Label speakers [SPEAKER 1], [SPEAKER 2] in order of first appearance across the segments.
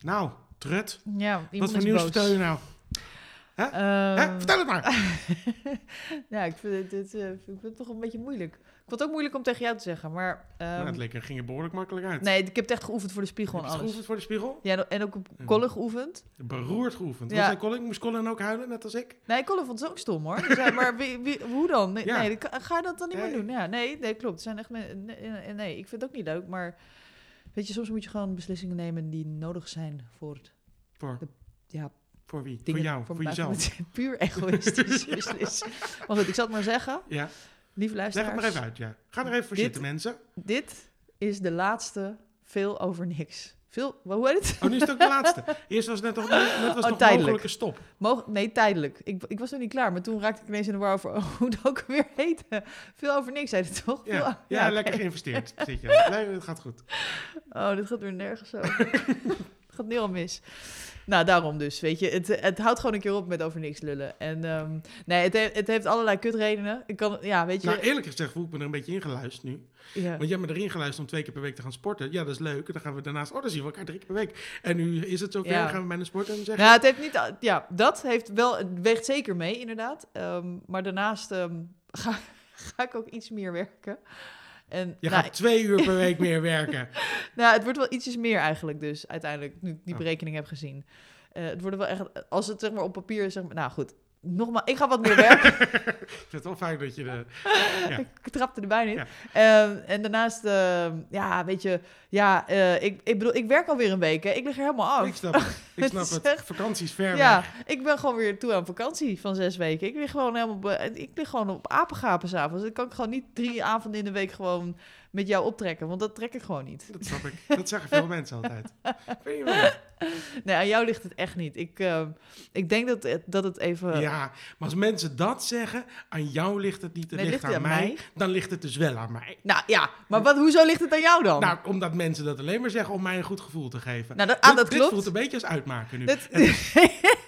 [SPEAKER 1] Nou, trut.
[SPEAKER 2] Ja,
[SPEAKER 1] Wat
[SPEAKER 2] iemand
[SPEAKER 1] voor
[SPEAKER 2] is
[SPEAKER 1] nieuws
[SPEAKER 2] boos.
[SPEAKER 1] vertel je nou? Hè?
[SPEAKER 2] Ehm,
[SPEAKER 1] Vertel het maar.
[SPEAKER 2] ja, ik vind het, dit, eh, ik vind het toch een beetje moeilijk. Ik vond het ook moeilijk om tegen jou te zeggen, maar... ehm,
[SPEAKER 1] nou, het leek er, ging er behoorlijk makkelijk uit.
[SPEAKER 2] nee, ik heb het echt geoefend voor de spiegel
[SPEAKER 1] Heb
[SPEAKER 2] en
[SPEAKER 1] je het
[SPEAKER 2] alles.
[SPEAKER 1] geoefend Mm. voor de spiegel?
[SPEAKER 2] Ja, en ook op
[SPEAKER 1] Ja.
[SPEAKER 2] Colin geoefend.
[SPEAKER 1] Beroerd geoefend.
[SPEAKER 2] Ja.
[SPEAKER 1] Was hij Colin? Moest Colin ook huilen, net als ik?
[SPEAKER 2] Nee, Colin vond het ook stom hoor. Hij zei, maar wie, wie- hoe dan? Nee,
[SPEAKER 1] Ja.
[SPEAKER 2] nee, dat kan- ga je dat dan niet meer
[SPEAKER 1] Nee.
[SPEAKER 2] doen? Ja, nee, nee, klopt. Er zijn echt men- nee, nee, nee, ik vind het ook niet leuk, maar... Weet je, soms moet je gewoon beslissingen nemen die nodig zijn voor het,
[SPEAKER 1] Voor,
[SPEAKER 2] ja,
[SPEAKER 1] voor wie?
[SPEAKER 2] dingen.
[SPEAKER 1] voor jou, voor,
[SPEAKER 2] mij-
[SPEAKER 1] jezelf.
[SPEAKER 2] Puur egoïstisch beslissing. Maar goed, ik zal het maar zeggen.
[SPEAKER 1] Ja,
[SPEAKER 2] Lieve
[SPEAKER 1] leg
[SPEAKER 2] luisteraars.
[SPEAKER 1] het maar even uit. Ja. Ga er even voor
[SPEAKER 2] Dit-
[SPEAKER 1] zitten, mensen.
[SPEAKER 2] Dit is de laatste veel over niks. Veel, wa- hoe heet het?
[SPEAKER 1] Oh, nu is het ook de laatste. Eerst was het net nog, net was
[SPEAKER 2] Oh,
[SPEAKER 1] nog
[SPEAKER 2] tijdelijk.
[SPEAKER 1] mogelijke stop.
[SPEAKER 2] Mog- nee, tijdelijk. Ik, ik was nog niet klaar, maar toen raakte ik ineens in de war over oh, hoe het ook weer heette. Veel over niks, zei het toch?
[SPEAKER 1] Ja,
[SPEAKER 2] Veel-
[SPEAKER 1] ja,
[SPEAKER 2] oké.
[SPEAKER 1] lekker geïnvesteerd. Zit je. Nee, het gaat goed.
[SPEAKER 2] Oh, dit gaat weer nergens over. het gaat nu al mis. Nou, daarom dus, weet je. Het, het houdt gewoon een keer op met over niks lullen. En ehm, nee, het, he- het heeft allerlei kutredenen. Ik kan, ja, weet je.
[SPEAKER 1] Nou, eerlijk gezegd voel ik me er een beetje ingeluisterd nu.
[SPEAKER 2] ja.
[SPEAKER 1] Want jij hebt me erin geluisterd om twee keer per week te gaan sporten. Ja, dat is leuk. En dan gaan we daarnaast, oh, dan zien we elkaar drie keer per week. En nu is het zover,
[SPEAKER 2] Ja.
[SPEAKER 1] dan gaan we bij de sport en dan zeggen...
[SPEAKER 2] Nou, het heeft niet, al- ja, dat heeft wel, het weegt zeker mee, inderdaad. Ehm, maar daarnaast ehm, ga, ga ik ook iets meer werken. En,
[SPEAKER 1] Je
[SPEAKER 2] nou,
[SPEAKER 1] gaat twee uur per week meer werken.
[SPEAKER 2] nou, het wordt wel ietsjes meer eigenlijk dus, uiteindelijk, nu ik die
[SPEAKER 1] Oh.
[SPEAKER 2] berekening heb gezien. Eh, het wordt wel echt, als het zeg maar op papier is, zeg maar, nou goed, nogmaals, ik ga wat meer werken.
[SPEAKER 1] Ik vind het wel fijn dat je de... Ja.
[SPEAKER 2] ik trapte er bijna
[SPEAKER 1] Ja.
[SPEAKER 2] in. Ehm, en daarnaast, ehm, ja, weet je, ja, eh, ik, ik bedoel, ik werk alweer een week, hè. Ik lig er helemaal af.
[SPEAKER 1] Ik snap het. Ik
[SPEAKER 2] Oh. Het
[SPEAKER 1] snap
[SPEAKER 2] is
[SPEAKER 1] het.
[SPEAKER 2] echt-
[SPEAKER 1] Vakantie is ver
[SPEAKER 2] Ja,
[SPEAKER 1] weg.
[SPEAKER 2] ik ben gewoon weer toe aan vakantie van zes weken. Ik lig gewoon helemaal be- ik lig gewoon op apengapen s'avonds. Dan kan ik gewoon niet drie avonden in de week gewoon met jou optrekken. Want dat trek ik gewoon niet.
[SPEAKER 1] Dat snap ik. Dat zeggen veel mensen altijd. Ik Weet je wel.
[SPEAKER 2] Nee, aan jou ligt het echt niet. Ik, ehm, ik denk dat, het- dat het even...
[SPEAKER 1] Ja, maar als mensen dat zeggen, aan jou ligt het niet, het
[SPEAKER 2] Nee,
[SPEAKER 1] ligt, aan mij, dan ligt het dus wel aan mij.
[SPEAKER 2] Nou ja, maar wat, hoezo ligt het aan jou dan?
[SPEAKER 1] Nou, omdat mensen dat alleen maar zeggen om mij een goed gevoel te geven.
[SPEAKER 2] Nou, dat, ah,
[SPEAKER 1] Dit-
[SPEAKER 2] dat
[SPEAKER 1] dit voelt
[SPEAKER 2] klopt.
[SPEAKER 1] een beetje als uitmaken nu.
[SPEAKER 2] Dat-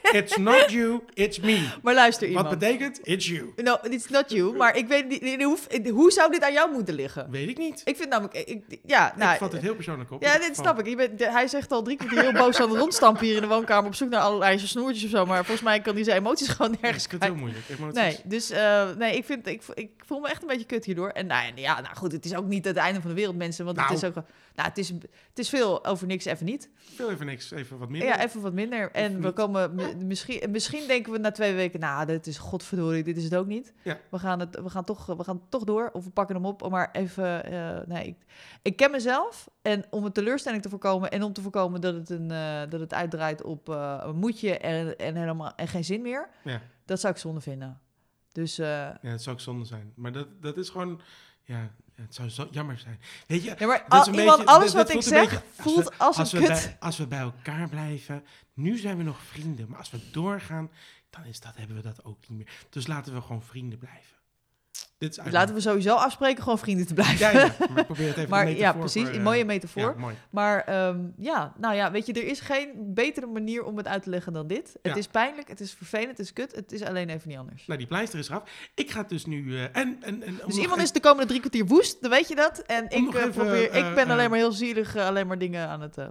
[SPEAKER 1] It's not you, it's me.
[SPEAKER 2] maar luister
[SPEAKER 1] Wat
[SPEAKER 2] iemand.
[SPEAKER 1] betekent it's you?
[SPEAKER 2] No, it's not you. Maar ik weet niet, in hoe, hoe zou dit aan jou moeten liggen?
[SPEAKER 1] Weet ik niet.
[SPEAKER 2] Ik vind namelijk... Ik, ik- ja, nou,
[SPEAKER 1] ik vat het heel persoonlijk op.
[SPEAKER 2] Ja, dit snap ik. Je bent, de- hij zegt al drie kwartier heel boos aan het rondstampen hier in de woonkamer op zoek naar allerlei zijn snoertjes of zo. Maar volgens mij kan hij zijn emoties gewoon nergens
[SPEAKER 1] Ergens het heel
[SPEAKER 2] kwijt.
[SPEAKER 1] moeilijk. Emoties.
[SPEAKER 2] Nee, dus eh, nee, ik, vind, ik, vo- ik voel me echt een beetje kut hierdoor. En nou, ja, ja, nou goed, het is ook niet het einde van de wereld, mensen. Want
[SPEAKER 1] Nou.
[SPEAKER 2] het is ook. Nou, het is, het is veel over niks, even niet.
[SPEAKER 1] Ik wil even niks, even wat minder.
[SPEAKER 2] Ja, even wat minder. En we
[SPEAKER 1] niet.
[SPEAKER 2] komen mi- misschien, misschien denken we na twee weken, nou, dit is godverdorie, dit is het ook niet.
[SPEAKER 1] Ja.
[SPEAKER 2] We, gaan het, we, gaan toch, we gaan toch door of we pakken hem op. Maar even, eh, nee, ik, ik ken mezelf. En om een teleurstelling te voorkomen en om te voorkomen dat het, een, eh, dat het uitdraait op eh, een moedje en, en, helemaal, en geen zin meer,
[SPEAKER 1] Ja.
[SPEAKER 2] dat zou ik zonde vinden. Dus eh,
[SPEAKER 1] Ja, het zou ook zonde zijn. Maar dat, dat is gewoon... Ja, het zou zo jammer zijn. Weet je,
[SPEAKER 2] ja, maar
[SPEAKER 1] dat is
[SPEAKER 2] al-
[SPEAKER 1] een
[SPEAKER 2] iemand,
[SPEAKER 1] beetje-
[SPEAKER 2] alles
[SPEAKER 1] dat-
[SPEAKER 2] wat
[SPEAKER 1] dat
[SPEAKER 2] ik
[SPEAKER 1] voelt een
[SPEAKER 2] zeg
[SPEAKER 1] beetje- als we-
[SPEAKER 2] voelt als,
[SPEAKER 1] als,
[SPEAKER 2] een
[SPEAKER 1] we
[SPEAKER 2] kut.
[SPEAKER 1] bij, als we bij elkaar blijven, nu zijn we nog vrienden. Maar als we doorgaan, dan is dat, hebben we dat ook niet meer. Dus laten we gewoon vrienden blijven. Dit is
[SPEAKER 2] Dus laten we sowieso afspreken gewoon vrienden te blijven.
[SPEAKER 1] Ja, ja, maar ik probeer het even
[SPEAKER 2] maar
[SPEAKER 1] een
[SPEAKER 2] ja,
[SPEAKER 1] metafoor
[SPEAKER 2] precies.
[SPEAKER 1] voor,
[SPEAKER 2] een
[SPEAKER 1] eh,
[SPEAKER 2] mooie metafoor.
[SPEAKER 1] Ja, mooi.
[SPEAKER 2] Maar ehm, ja, nou ja, weet je, er is geen betere manier om het uit te leggen dan dit.
[SPEAKER 1] Ja.
[SPEAKER 2] Het is pijnlijk, het is vervelend, het is kut, het is alleen even niet anders.
[SPEAKER 1] Nou, die pleister is eraf. Ik ga het dus nu... eh, en, en, en, om
[SPEAKER 2] Dus
[SPEAKER 1] nog
[SPEAKER 2] iemand
[SPEAKER 1] e-
[SPEAKER 2] is de komende drie kwartier woest, dan weet je dat. En
[SPEAKER 1] Om
[SPEAKER 2] ik,
[SPEAKER 1] nog
[SPEAKER 2] eh,
[SPEAKER 1] even,
[SPEAKER 2] probeer,
[SPEAKER 1] eh,
[SPEAKER 2] ik ben
[SPEAKER 1] eh,
[SPEAKER 2] alleen maar heel zielig, eh, alleen maar dingen aan het... eh,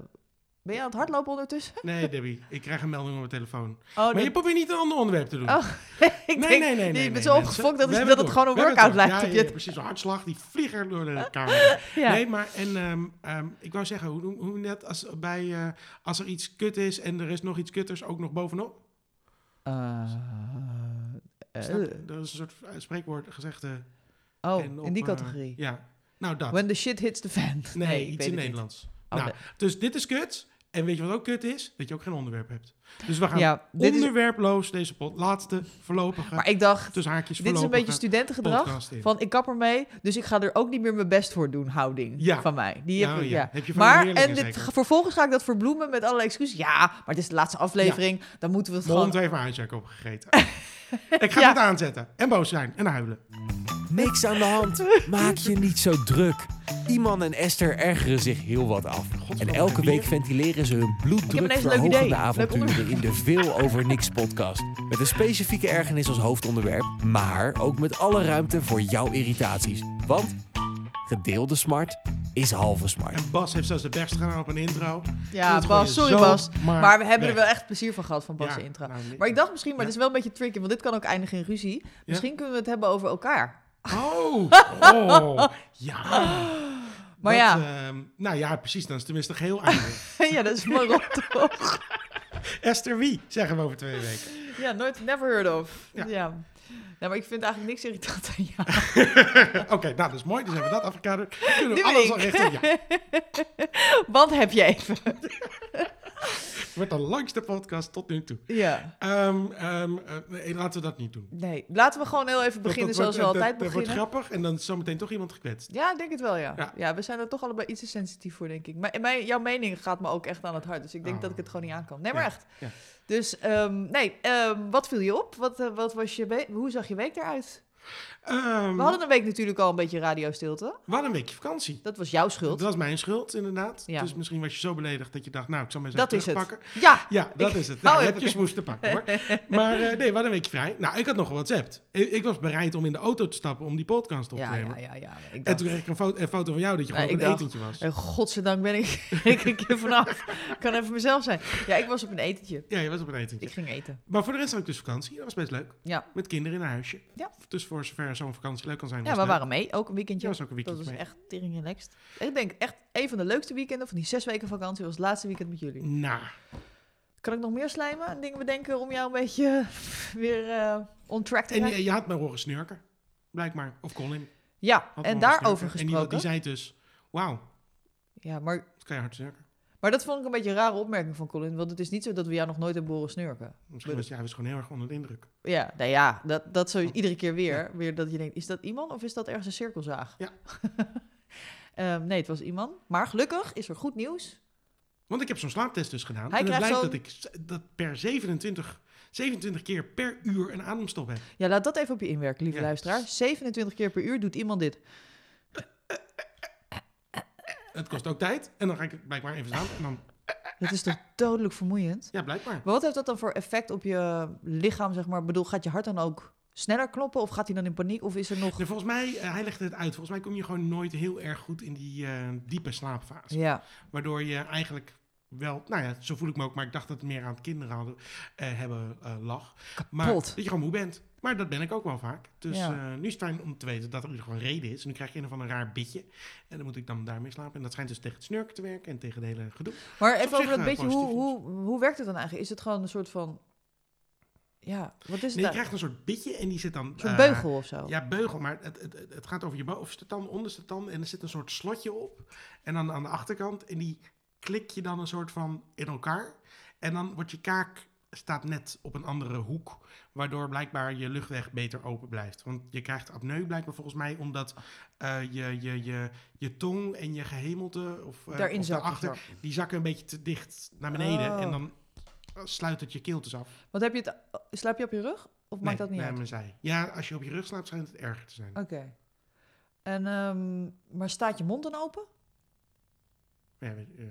[SPEAKER 2] ben je aan het hardlopen ondertussen?
[SPEAKER 1] Nee, Debbie. Ik krijg een melding op mijn telefoon.
[SPEAKER 2] Oh,
[SPEAKER 1] maar
[SPEAKER 2] nee.
[SPEAKER 1] je probeert niet een ander onderwerp te doen.
[SPEAKER 2] Oh, ik
[SPEAKER 1] nee,
[SPEAKER 2] denk,
[SPEAKER 1] nee, nee,
[SPEAKER 2] je
[SPEAKER 1] nee.
[SPEAKER 2] bent
[SPEAKER 1] nee,
[SPEAKER 2] zo
[SPEAKER 1] mensen.
[SPEAKER 2] opgefokt dat,
[SPEAKER 1] We
[SPEAKER 2] is-
[SPEAKER 1] hebben
[SPEAKER 2] dat het
[SPEAKER 1] door.
[SPEAKER 2] gewoon een
[SPEAKER 1] We hebben
[SPEAKER 2] workout
[SPEAKER 1] het door.
[SPEAKER 2] lijkt op
[SPEAKER 1] Ja, ja,
[SPEAKER 2] je.
[SPEAKER 1] precies. Een hartslag die vlieger door de kamer.
[SPEAKER 2] Ja.
[SPEAKER 1] Nee, maar en ehm, ehm, ik wou zeggen, hoe, hoe- hoe net als, bij, eh, als er iets kut is en er is nog iets kutters ook nog bovenop.
[SPEAKER 2] Eh, eh,
[SPEAKER 1] Snap je? Er is een soort eh, spreekwoord gezegd. eh,
[SPEAKER 2] oh,
[SPEAKER 1] en op,
[SPEAKER 2] in die
[SPEAKER 1] eh,
[SPEAKER 2] categorie.
[SPEAKER 1] ja, nou dat.
[SPEAKER 2] When the shit hits the fan.
[SPEAKER 1] nee,
[SPEAKER 2] ik
[SPEAKER 1] iets in
[SPEAKER 2] weet het niet.
[SPEAKER 1] Nederlands.
[SPEAKER 2] Oh,
[SPEAKER 1] Nou, Dus dit is kut. En weet je wat ook kut is? Dat je ook geen onderwerp hebt. Dus we gaan
[SPEAKER 2] ja, dit is,
[SPEAKER 1] onderwerploos deze pot, laatste voorlopige,
[SPEAKER 2] maar ik dacht,
[SPEAKER 1] tussen haakjes
[SPEAKER 2] Dit is een
[SPEAKER 1] voorlopige
[SPEAKER 2] beetje studentengedrag.
[SPEAKER 1] podcast in.
[SPEAKER 2] Van ik kap ermee, dus ik ga er ook niet meer mijn best voor doen, houding
[SPEAKER 1] Ja.
[SPEAKER 2] van mij. Die
[SPEAKER 1] Oh, Ja,
[SPEAKER 2] heb ik,
[SPEAKER 1] ja.
[SPEAKER 2] ja.
[SPEAKER 1] Heb je van
[SPEAKER 2] maar
[SPEAKER 1] de leerlingen
[SPEAKER 2] en dit,
[SPEAKER 1] zeker?
[SPEAKER 2] vervolgens ga ik dat verbloemen met allerlei excuses. Ja, maar het is de laatste aflevering, dan moeten we het
[SPEAKER 1] Mijn hond
[SPEAKER 2] gewoon.
[SPEAKER 1] heeft mijn huisjack opgegeten. ik ga
[SPEAKER 2] Ja.
[SPEAKER 1] het aanzetten. En boos zijn. En huilen.
[SPEAKER 3] Niks aan de hand. Maak je niet zo druk. Iman en Esther ergeren zich heel wat af. En elke
[SPEAKER 1] bier.
[SPEAKER 3] week ventileren ze hun
[SPEAKER 2] Ik heb
[SPEAKER 3] bloeddruk
[SPEAKER 2] ineens een leuk idee.
[SPEAKER 3] verhogende
[SPEAKER 2] Leuk
[SPEAKER 3] avonturen in de Veel Over Niks podcast. Met een specifieke ergernis als hoofdonderwerp, maar ook met alle ruimte voor jouw irritaties. Want gedeelde smart is Halversmart.
[SPEAKER 1] En Bas heeft zelfs de best gedaan op een intro.
[SPEAKER 2] Ja,
[SPEAKER 1] Dat gooi
[SPEAKER 2] Bas,
[SPEAKER 1] je
[SPEAKER 2] sorry
[SPEAKER 1] zo
[SPEAKER 2] Bas.
[SPEAKER 1] maar
[SPEAKER 2] Maar we hebben er
[SPEAKER 1] weg.
[SPEAKER 2] wel echt plezier van gehad van Bas'
[SPEAKER 1] Ja,
[SPEAKER 2] intro.
[SPEAKER 1] nou, nee.
[SPEAKER 2] Maar ik dacht misschien, maar
[SPEAKER 1] Ja.
[SPEAKER 2] het is wel een beetje tricky, want dit kan ook eindigen in ruzie. Misschien kunnen we het hebben over elkaar.
[SPEAKER 1] Oh, oh ja.
[SPEAKER 2] Maar
[SPEAKER 1] Dat,
[SPEAKER 2] ja.
[SPEAKER 1] ehm, nou ja, precies. Dan is het tenminste geheel eindig.
[SPEAKER 2] ja, dat is maar rot toch?
[SPEAKER 1] Esther wie, zeggen we over twee weken.
[SPEAKER 2] Ja, nooit, never heard of. Ja.
[SPEAKER 1] Ja.
[SPEAKER 2] Nou, maar ik vind eigenlijk niks irritant aan jou.
[SPEAKER 1] Oké, nou dat is mooi. Dus hebben we dat afgekaderd. Kunnen
[SPEAKER 2] Nu
[SPEAKER 1] we alles
[SPEAKER 2] ik.
[SPEAKER 1] al richten op ja.
[SPEAKER 2] Want heb je even.
[SPEAKER 1] Het wordt de langste podcast tot nu toe.
[SPEAKER 2] Ja.
[SPEAKER 1] Ehm, ehm, eh, nee, laten we dat niet doen.
[SPEAKER 2] Nee, laten we gewoon heel even
[SPEAKER 1] Dat-
[SPEAKER 2] beginnen
[SPEAKER 1] dat
[SPEAKER 2] zoals
[SPEAKER 1] wordt-
[SPEAKER 2] we
[SPEAKER 1] dat-
[SPEAKER 2] altijd
[SPEAKER 1] Dat wordt
[SPEAKER 2] beginnen.
[SPEAKER 1] grappig en dan is zometeen toch iemand gekwetst.
[SPEAKER 2] Ja, ik denk het wel, ja. ja.
[SPEAKER 1] Ja.
[SPEAKER 2] we zijn er toch allebei iets te sensitief voor, denk ik. Maar mijn, jouw mening gaat me ook echt aan het hart. Dus ik denk
[SPEAKER 1] Oh.
[SPEAKER 2] dat ik het gewoon niet aan kan. Nee, maar
[SPEAKER 1] Ja,
[SPEAKER 2] echt.
[SPEAKER 1] ja.
[SPEAKER 2] Dus, ehm, nee, ehm, wat viel je op? Wat, eh, wat was je we- Hoe zag je week eruit?
[SPEAKER 1] Ehm,
[SPEAKER 2] We hadstilte. hadden een week natuurlijk al een beetje radiostilte.
[SPEAKER 1] Wat een weekje vakantie.
[SPEAKER 2] Dat was jouw schuld.
[SPEAKER 1] Dat was mijn schuld, inderdaad.
[SPEAKER 2] Ja.
[SPEAKER 1] Dus misschien was je zo beledigd dat je dacht, nou, ik zal me eens
[SPEAKER 2] Dat
[SPEAKER 1] even
[SPEAKER 2] is het.
[SPEAKER 1] terugpakken.
[SPEAKER 2] Ja,
[SPEAKER 1] Ja, dat
[SPEAKER 2] Ik
[SPEAKER 1] is het.
[SPEAKER 2] wou
[SPEAKER 1] Ja, je
[SPEAKER 2] even-
[SPEAKER 1] hebt je smoes te pakken hoor. Maar eh, nee, wat een weekje vrij. Nou, ik had nog WhatsApp. Ik, ik was bereid om in de auto te stappen om die podcast op te
[SPEAKER 2] ja,
[SPEAKER 1] nemen.
[SPEAKER 2] ja, ja. ja. Ik
[SPEAKER 1] En
[SPEAKER 2] dacht,
[SPEAKER 1] toen kreeg ik een foto, een foto van jou dat je
[SPEAKER 2] Nee,
[SPEAKER 1] gewoon op
[SPEAKER 2] ik
[SPEAKER 1] een
[SPEAKER 2] dacht-
[SPEAKER 1] etentje was.
[SPEAKER 2] eh, godzijdank ben ik ik een keer vanaf. Ik kan even mezelf zijn. Ja, ik was op een etentje.
[SPEAKER 1] Ja, je was op een etentje.
[SPEAKER 2] Ik ging eten.
[SPEAKER 1] Maar voor de rest had ik dus vakantie. Dat was best leuk.
[SPEAKER 2] Ja.
[SPEAKER 1] Met kinderen in een huisje.
[SPEAKER 2] Ja.
[SPEAKER 1] Dus voor zover zo'n vakantie leuk kan zijn.
[SPEAKER 2] Ja,
[SPEAKER 1] was
[SPEAKER 2] we
[SPEAKER 1] het leuk.
[SPEAKER 2] waren mee. Ook een weekendje.
[SPEAKER 1] Ja, was ook een
[SPEAKER 2] Dat
[SPEAKER 1] weekend
[SPEAKER 2] was
[SPEAKER 1] mee.
[SPEAKER 2] echt tering relaxed. Ik denk echt een van de leukste weekenden van die zes weken vakantie was het laatste weekend met jullie.
[SPEAKER 1] Nou,
[SPEAKER 2] Kan ik nog meer slijmen en dingen bedenken om jou een beetje weer eh on track te
[SPEAKER 1] en
[SPEAKER 2] krijgen?
[SPEAKER 1] je, je had me horen snurken. Blijkbaar. Of Colin.
[SPEAKER 2] Ja,
[SPEAKER 1] had me
[SPEAKER 2] en
[SPEAKER 1] horen
[SPEAKER 2] daarover
[SPEAKER 1] snurken. Oh, En die, die
[SPEAKER 2] gesproken.
[SPEAKER 1] zei dus, wauw,
[SPEAKER 2] Ja, maar,
[SPEAKER 1] dat kan je hard snurken.
[SPEAKER 2] maar dat vond ik een beetje een rare opmerking van Colin, want het is niet zo dat we jou nog nooit hebben horen snurken.
[SPEAKER 1] Misschien was ja, hij was gewoon heel erg onder de indruk.
[SPEAKER 2] Ja, nou ja, dat, dat zo
[SPEAKER 1] Oh.
[SPEAKER 2] iedere keer weer, weer dat je denkt, is dat iemand of is dat ergens een cirkelzaag?
[SPEAKER 1] Ja.
[SPEAKER 2] Ehm, nee, het was iemand. Maar gelukkig is er goed nieuws.
[SPEAKER 1] Want ik heb zo'n slaaptest dus gedaan.
[SPEAKER 2] Hij
[SPEAKER 1] en het
[SPEAKER 2] krijgt
[SPEAKER 1] blijkt dat ik s- dat per 27, 27 keer per uur een ademstop heb.
[SPEAKER 2] Ja, laat dat even op je inwerken, lieve
[SPEAKER 1] Ja.
[SPEAKER 2] luisteraar. 27 keer per uur doet iemand dit.
[SPEAKER 1] Het kost ook tijd. En dan ga ik het blijkbaar even staan. En dan,
[SPEAKER 2] Dat is toch dodelijk vermoeiend?
[SPEAKER 1] ja, blijkbaar.
[SPEAKER 2] Maar wat heeft dat dan voor effect op je lichaam, zeg maar? Ik bedoel, gaat je hart dan ook sneller kloppen? Of gaat hij dan in paniek? Of is er nog...
[SPEAKER 1] En volgens mij, eh, hij legde het uit, volgens mij kom je gewoon nooit heel erg goed in die eh, diepe slaapfase.
[SPEAKER 2] Ja,
[SPEAKER 1] Waardoor je eigenlijk wel, nou ja, zo voel ik me ook, maar ik dacht dat het meer aan het kinderen hadden, eh, hebben eh, lag. Maar
[SPEAKER 2] Kapot.
[SPEAKER 1] dat je gewoon moe bent. Maar dat ben ik ook wel vaak. Dus
[SPEAKER 2] Ja.
[SPEAKER 1] eh, nu is het fijn om te weten dat er in ieder geval een reden is. En nu krijg je een of ander raar bitje. En dan moet ik dan daarmee slapen. En dat schijnt dus tegen het snurken te werken en tegen het hele gedoe.
[SPEAKER 2] maar
[SPEAKER 1] is
[SPEAKER 2] even
[SPEAKER 1] op
[SPEAKER 2] over
[SPEAKER 1] zich,
[SPEAKER 2] dat
[SPEAKER 1] eh,
[SPEAKER 2] beetje, hoe,
[SPEAKER 1] positief nieuws.
[SPEAKER 2] hoe, hoe werkt het dan eigenlijk? Is het gewoon een soort van... Ja, wat is het
[SPEAKER 1] Nee, je
[SPEAKER 2] nou?
[SPEAKER 1] krijgt een soort bitje en die zit dan...
[SPEAKER 2] Een soort
[SPEAKER 1] eh,
[SPEAKER 2] beugel of zo?
[SPEAKER 1] Ja, beugel, maar het, het, het- het gaat over je bo- overste tand, onderste tand en er zit een soort slotje op. En dan aan de achterkant en die klik je dan een soort van in elkaar. En dan wordt je kaak, staat net op een andere hoek, waardoor blijkbaar je luchtweg beter open blijft. Want je krijgt apneu blijkbaar volgens mij omdat eh, je, je, je, je tong en je gehemelte of, eh,
[SPEAKER 2] Daarin
[SPEAKER 1] of
[SPEAKER 2] zakt het
[SPEAKER 1] daarachter,
[SPEAKER 2] wel.
[SPEAKER 1] die zakken een beetje te dicht naar beneden.
[SPEAKER 2] Oh.
[SPEAKER 1] En dan eh, sluit het je keeltes af.
[SPEAKER 2] Want heb je het... Slaap je op je rug? Of maakt dat niet
[SPEAKER 1] nee,
[SPEAKER 2] uit?
[SPEAKER 1] maar zij. Ja, als je op je rug slaapt, schijnt het erger te zijn.
[SPEAKER 2] Oké. En, ehm, maar staat je mond dan open?
[SPEAKER 1] Ja, weet, eh, eh,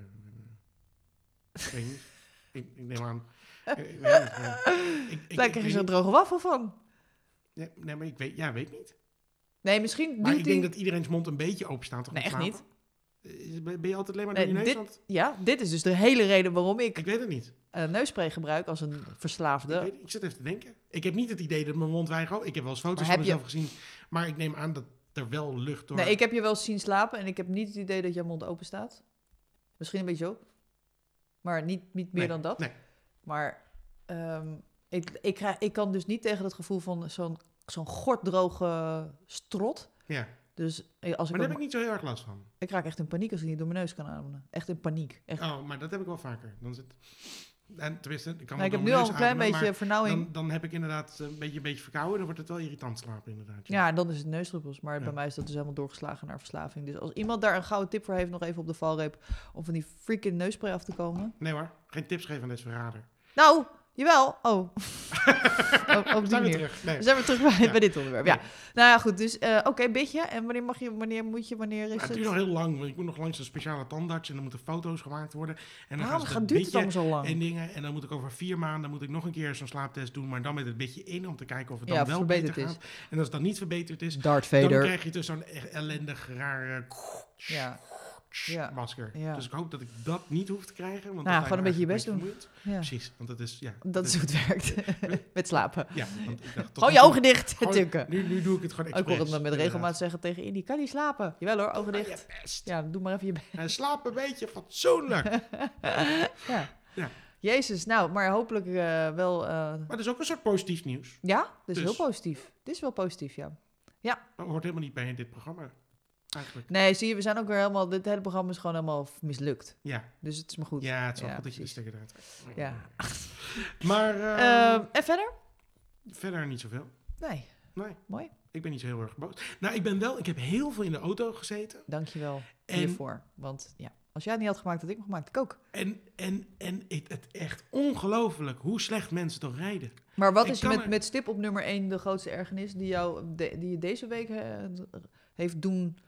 [SPEAKER 1] ik weet niet. Ik, ik neem aan. Ik, ik weet niet. eh, ik- ik-
[SPEAKER 2] Daar
[SPEAKER 1] ik
[SPEAKER 2] krijg je
[SPEAKER 1] weet
[SPEAKER 2] zo'n
[SPEAKER 1] niet.
[SPEAKER 2] droge waffel van.
[SPEAKER 1] Ja, Nee, maar ik weet, ja, weet niet.
[SPEAKER 2] Nee, misschien
[SPEAKER 1] Maar
[SPEAKER 2] duwt
[SPEAKER 1] ik denk
[SPEAKER 2] hij-
[SPEAKER 1] dat iedereen's mond een beetje open staat.
[SPEAKER 2] Nee, echt niet.
[SPEAKER 1] Eh, Ben ben je altijd alleen maar
[SPEAKER 2] Nee,
[SPEAKER 1] door je neus?
[SPEAKER 2] dit-
[SPEAKER 1] aan het-
[SPEAKER 2] Ja, dit is dus de hele reden waarom ik
[SPEAKER 1] Ik weet het niet.
[SPEAKER 2] eh, neusspray gebruik als een
[SPEAKER 1] Ik,
[SPEAKER 2] verslaafde.
[SPEAKER 1] weet- ik zit even te denken. Ik heb niet het idee dat mijn mond weigert. Ik heb wel eens foto's van
[SPEAKER 2] Maar heb je-
[SPEAKER 1] mezelf gezien. Maar ik neem aan dat er wel lucht door...
[SPEAKER 2] Nee, ik heb je wel eens zien slapen en ik heb niet het idee dat jouw mond open staat. Misschien een beetje zo. Maar niet, niet meer
[SPEAKER 1] Nee,
[SPEAKER 2] dan dat.
[SPEAKER 1] nee.
[SPEAKER 2] Maar ehm, ik, ik, krijg- ik kan dus niet tegen dat gevoel van zo'n zo'n gorddroge strot.
[SPEAKER 1] Ja.
[SPEAKER 2] Dus eh, als ik,
[SPEAKER 1] Maar daar
[SPEAKER 2] ook-
[SPEAKER 1] heb ik niet zo heel erg last van.
[SPEAKER 2] ik raak echt in paniek als ik niet door mijn neus kan ademen. Echt in paniek. Echt.
[SPEAKER 1] Oh, maar dat heb ik wel vaker. Dan zit... En tenminste, ik kan
[SPEAKER 2] Nou,
[SPEAKER 1] wel
[SPEAKER 2] ik heb
[SPEAKER 1] door
[SPEAKER 2] nu
[SPEAKER 1] mijn
[SPEAKER 2] al
[SPEAKER 1] neus
[SPEAKER 2] een klein
[SPEAKER 1] ademen, maar-
[SPEAKER 2] beetje vernauwing.
[SPEAKER 1] Dan, dan heb ik inderdaad eh, een beetje, een beetje verkouden. Dan wordt het wel irritant slapen, inderdaad.
[SPEAKER 2] Ja, en dan is het neusdruppels. Maar
[SPEAKER 1] Ja.
[SPEAKER 2] bij mij is dat dus helemaal doorgeslagen naar verslaving. Dus als iemand daar een gouden tip voor heeft, nog even op de valreep. Om van die freaking neusspray af te komen.
[SPEAKER 1] Nee hoor, geen tips geven aan deze verrader.
[SPEAKER 2] Nou, jawel. Oh. Op- op
[SPEAKER 1] We
[SPEAKER 2] die
[SPEAKER 1] zijn weer
[SPEAKER 2] manier.
[SPEAKER 1] terug. Nee.
[SPEAKER 2] We zijn weer terug bij,
[SPEAKER 1] Ja.
[SPEAKER 2] bij dit onderwerp. Ja. Nou ja, goed. Dus eh, oké, beetje. En wanneer mag je, wanneer moet je, wanneer
[SPEAKER 1] Maar
[SPEAKER 2] is
[SPEAKER 1] het
[SPEAKER 2] het?
[SPEAKER 1] duurt nog heel lang, want ik moet nog langs een speciale tandarts en dan moeten foto's gemaakt worden. En dan
[SPEAKER 2] Waarom
[SPEAKER 1] gaan ze
[SPEAKER 2] Ah, gaat-
[SPEAKER 1] dat
[SPEAKER 2] duurt het
[SPEAKER 1] bitje
[SPEAKER 2] allemaal zo lang?
[SPEAKER 1] en dingen. En dan moet ik over vier maanden moet ik nog een keer zo'n slaaptest doen, maar dan met het bitje in om te kijken of het
[SPEAKER 2] Ja,
[SPEAKER 1] dan
[SPEAKER 2] of het
[SPEAKER 1] wel
[SPEAKER 2] verbeterd
[SPEAKER 1] beter gaat. En als het dan niet verbeterd is,
[SPEAKER 2] Darth
[SPEAKER 1] dan
[SPEAKER 2] Vader.
[SPEAKER 1] krijg je dus zo'n echt ellendig, raar... eh,
[SPEAKER 2] Ja. Ja.
[SPEAKER 1] masker.
[SPEAKER 2] Ja.
[SPEAKER 1] Dus ik hoop dat ik dat niet hoef te krijgen. Want
[SPEAKER 2] Nou,
[SPEAKER 1] dat lijkt
[SPEAKER 2] gewoon
[SPEAKER 1] me
[SPEAKER 2] een beetje je
[SPEAKER 1] eigenlijk
[SPEAKER 2] best
[SPEAKER 1] een beetje
[SPEAKER 2] doen. Ja.
[SPEAKER 1] vermoeiend. Precies, want dat is... Ja,
[SPEAKER 2] Dat is hoe het werkt. met slapen.
[SPEAKER 1] Ja, want ik dacht... tot
[SPEAKER 2] Gewoon
[SPEAKER 1] nu
[SPEAKER 2] je
[SPEAKER 1] toe-
[SPEAKER 2] ogen dicht,
[SPEAKER 1] gewoon-
[SPEAKER 2] tukken.
[SPEAKER 1] Nu, nu doe ik het gewoon
[SPEAKER 2] Ik hoor
[SPEAKER 1] expres.
[SPEAKER 2] het me met
[SPEAKER 1] inderdaad.
[SPEAKER 2] regelmaat zeggen tegen Indy. Kan die slapen? Jawel hoor, ogen
[SPEAKER 1] Ah,
[SPEAKER 2] dicht.
[SPEAKER 1] je best.
[SPEAKER 2] Ja, doe maar even je best.
[SPEAKER 1] En slaap een beetje fatsoenlijk.
[SPEAKER 2] Ja.
[SPEAKER 1] Ja.
[SPEAKER 2] Jezus, nou, maar hopelijk eh, wel... eh,
[SPEAKER 1] maar dat is ook een soort positief nieuws.
[SPEAKER 2] ja, dit is
[SPEAKER 1] Dus.
[SPEAKER 2] heel positief. Dit is wel positief, ja.
[SPEAKER 1] Dat hoort helemaal niet bij in dit programma. Eigenlijk.
[SPEAKER 2] Nee, zie je, we zijn ook weer helemaal... Dit hele programma is gewoon helemaal mislukt.
[SPEAKER 1] Ja,
[SPEAKER 2] Dus het is maar goed.
[SPEAKER 1] ja het is wel
[SPEAKER 2] Ja,
[SPEAKER 1] goed dat je de
[SPEAKER 2] precies.
[SPEAKER 1] stekker eruit trekt.
[SPEAKER 2] Ja.
[SPEAKER 1] Maar eh,
[SPEAKER 2] Ehm, en verder? Ehm.
[SPEAKER 1] verder niet zoveel.
[SPEAKER 2] Nee,
[SPEAKER 1] Nee.
[SPEAKER 2] Mooi.
[SPEAKER 1] Ik ben niet zo heel erg boos. Nou, ik ben wel... Ik heb heel veel in de auto gezeten.
[SPEAKER 2] dankjewel
[SPEAKER 1] En-
[SPEAKER 2] hiervoor. Want ja, als jij het niet had gemaakt, had ik hem gemaakt. Ik ook.
[SPEAKER 1] En, en, en het, het echt ongelooflijk hoe slecht mensen toch rijden.
[SPEAKER 2] Maar wat
[SPEAKER 1] Ik
[SPEAKER 2] is
[SPEAKER 1] kan
[SPEAKER 2] met,
[SPEAKER 1] er-
[SPEAKER 2] met stip op nummer 1 de grootste ergernis die, jou de- die je deze week eh, heeft doen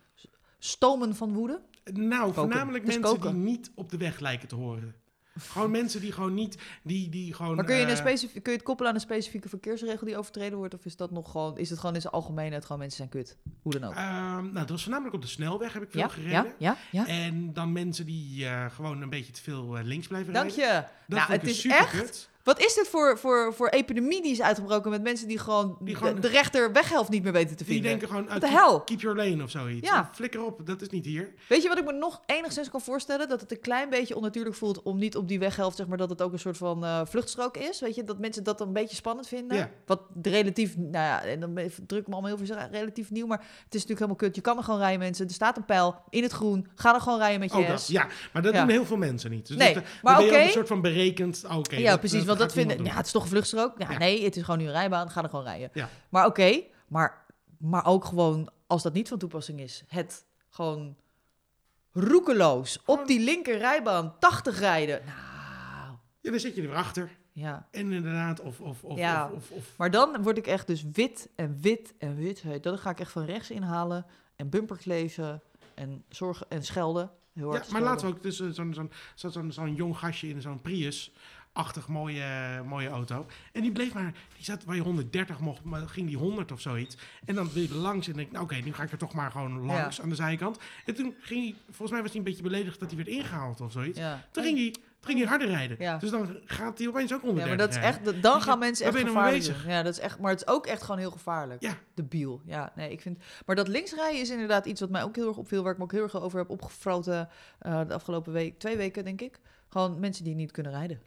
[SPEAKER 2] stomen van woede?
[SPEAKER 1] Nou,
[SPEAKER 2] Koken.
[SPEAKER 1] voornamelijk
[SPEAKER 2] Het is
[SPEAKER 1] mensen
[SPEAKER 2] koken.
[SPEAKER 1] die niet op de weg lijken te horen. Gewoon mensen die gewoon niet... Die, die gewoon,
[SPEAKER 2] Maar kun je,
[SPEAKER 1] eh,
[SPEAKER 2] een specif- kun je het koppelen aan een specifieke verkeersregel die overtreden wordt? Of is dat nog gewoon, is het gewoon in zijn algemeenheid gewoon mensen zijn kut? Hoe dan ook.
[SPEAKER 1] ehm, nou, dat was voornamelijk op de snelweg heb ik veel
[SPEAKER 2] ja,
[SPEAKER 1] gereden.
[SPEAKER 2] ja, ja, ja.
[SPEAKER 1] En dan mensen die eh, gewoon een beetje te veel eh, links blijven
[SPEAKER 2] Dank
[SPEAKER 1] rijden.
[SPEAKER 2] je.
[SPEAKER 1] Dat
[SPEAKER 2] nou,
[SPEAKER 1] vond
[SPEAKER 2] het
[SPEAKER 1] ik
[SPEAKER 2] is
[SPEAKER 1] super
[SPEAKER 2] echt.
[SPEAKER 1] kut.
[SPEAKER 2] Wat is dit voor, voor, voor epidemie die is uitgebroken met mensen die gewoon,
[SPEAKER 1] Die gewoon-
[SPEAKER 2] de, de rechter weghelft niet meer weten te
[SPEAKER 1] Die
[SPEAKER 2] vinden?
[SPEAKER 1] denken gewoon, uit
[SPEAKER 2] What the hell?
[SPEAKER 1] keep your lane of zoiets.
[SPEAKER 2] Ja.
[SPEAKER 1] Flikker op, dat is niet hier.
[SPEAKER 2] Weet je wat ik me nog enigszins kan voorstellen? Dat het een klein beetje onnatuurlijk voelt om niet op die weghelft, zeg maar, dat het ook een soort van eh, vluchtstrook is. Weet je, dat mensen dat dan een beetje spannend vinden.
[SPEAKER 1] Ja.
[SPEAKER 2] Wat relatief, nou ja, en dan druk ik me allemaal heel veel, relatief nieuw, maar het is natuurlijk helemaal kut. Je kan er gewoon rijden, mensen. Er staat een pijl in het groen. Ga er gewoon rijden met je
[SPEAKER 1] Oh, dat,
[SPEAKER 2] ass.
[SPEAKER 1] ja, maar dat
[SPEAKER 2] Ja.
[SPEAKER 1] doen heel veel mensen niet. Dus
[SPEAKER 2] Nee,
[SPEAKER 1] dat,
[SPEAKER 2] maar
[SPEAKER 1] dan ben je ook
[SPEAKER 2] oké.
[SPEAKER 1] een soort van berekend. ah, Oké.
[SPEAKER 2] ja, precies. want dat
[SPEAKER 1] gaat niemand
[SPEAKER 2] vinden. Ja,
[SPEAKER 1] doen.
[SPEAKER 2] het is toch een vluchtstrook? Ja,
[SPEAKER 1] Ja.
[SPEAKER 2] Nee, het is gewoon nu een rijbaan. Ga er gewoon rijden.
[SPEAKER 1] Ja.
[SPEAKER 2] Maar oké, maar, maar ook gewoon als dat niet van toepassing is, het gewoon roekeloos op
[SPEAKER 1] Gewoon-
[SPEAKER 2] die linker rijbaan 80 rijden. Nou,
[SPEAKER 1] Ja, dan zit je er weer achter.
[SPEAKER 2] ja.
[SPEAKER 1] En inderdaad, of... of, of,
[SPEAKER 2] Ja.
[SPEAKER 1] of, of, of-
[SPEAKER 2] Maar dan word ik echt dus wit en wit en wit. Hey, Dan ga ik echt van rechts inhalen en bumper kleven en zorgen en schelden. Heel
[SPEAKER 1] ja,
[SPEAKER 2] hard
[SPEAKER 1] maar
[SPEAKER 2] schelden.
[SPEAKER 1] laatst ook dus, eh, zo'n zo'n zo'n zo'n- zo'n jong gastje in zo'n Prius-achtig mooie, eh, mooie auto. En die bleef maar... Die zat waar je 130 mocht, maar dan ging die 100 of zoiets. En dan wil je er langs en denk nou, oké, nu ga ik er toch maar gewoon langs aan de zijkant. En toen ging hij... Volgens mij was hij een beetje beledigd dat hij werd ingehaald of zoiets.
[SPEAKER 2] Ja.
[SPEAKER 1] Toen ging hij, toen ging hij harder rijden.
[SPEAKER 2] Ja.
[SPEAKER 1] Dus dan gaat hij opeens ook onder
[SPEAKER 2] Ja, maar dat is
[SPEAKER 1] 30
[SPEAKER 2] echt, dan gaan
[SPEAKER 1] Waar
[SPEAKER 2] mensen
[SPEAKER 1] ben
[SPEAKER 2] echt
[SPEAKER 1] je nou mee
[SPEAKER 2] gevaarlijk
[SPEAKER 1] bezig?
[SPEAKER 2] doen. Ja, dat is echt, maar het is ook echt gewoon heel gevaarlijk.
[SPEAKER 1] Ja.
[SPEAKER 2] Debiel. Ja, nee, ik vind. Maar dat linksrijden is inderdaad iets wat mij ook heel erg opviel, waar ik me ook heel erg over heb opgefroten eh, de afgelopen week, twee weken denk ik. Gewoon mensen die niet kunnen rijden.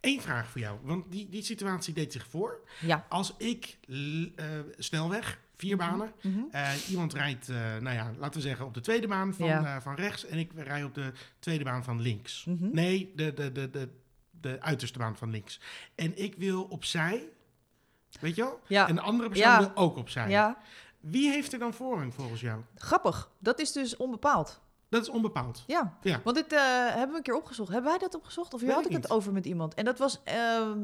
[SPEAKER 1] Eén vraag voor jou, want die, die situatie deed zich voor.
[SPEAKER 2] Ja.
[SPEAKER 1] Als ik l- eh, snelweg, vier banen,
[SPEAKER 2] Mhm.
[SPEAKER 1] eh, iemand rijdt, eh, nou ja, laten we zeggen op de tweede baan van,
[SPEAKER 2] Ja.
[SPEAKER 1] eh, van rechts en ik rij op de tweede baan van links.
[SPEAKER 2] Mhm.
[SPEAKER 1] Nee, de, de, de, de, de uiterste baan van links. En ik wil opzij, weet je wel?
[SPEAKER 2] Ja.
[SPEAKER 1] En de andere persoon
[SPEAKER 2] Ja.
[SPEAKER 1] wil ook opzij.
[SPEAKER 2] Ja.
[SPEAKER 1] Wie heeft er dan voorrang volgens jou?
[SPEAKER 2] Grappig. Dat is dus onbepaald.
[SPEAKER 1] Dat is onbepaald.
[SPEAKER 2] Ja.
[SPEAKER 1] Ja.
[SPEAKER 2] Want dit eh, hebben we een keer opgezocht. Hebben wij dat opgezocht? Of hier
[SPEAKER 1] Weet
[SPEAKER 2] had
[SPEAKER 1] ik
[SPEAKER 2] ik het
[SPEAKER 1] niet.
[SPEAKER 2] over met iemand? En dat was. ehm,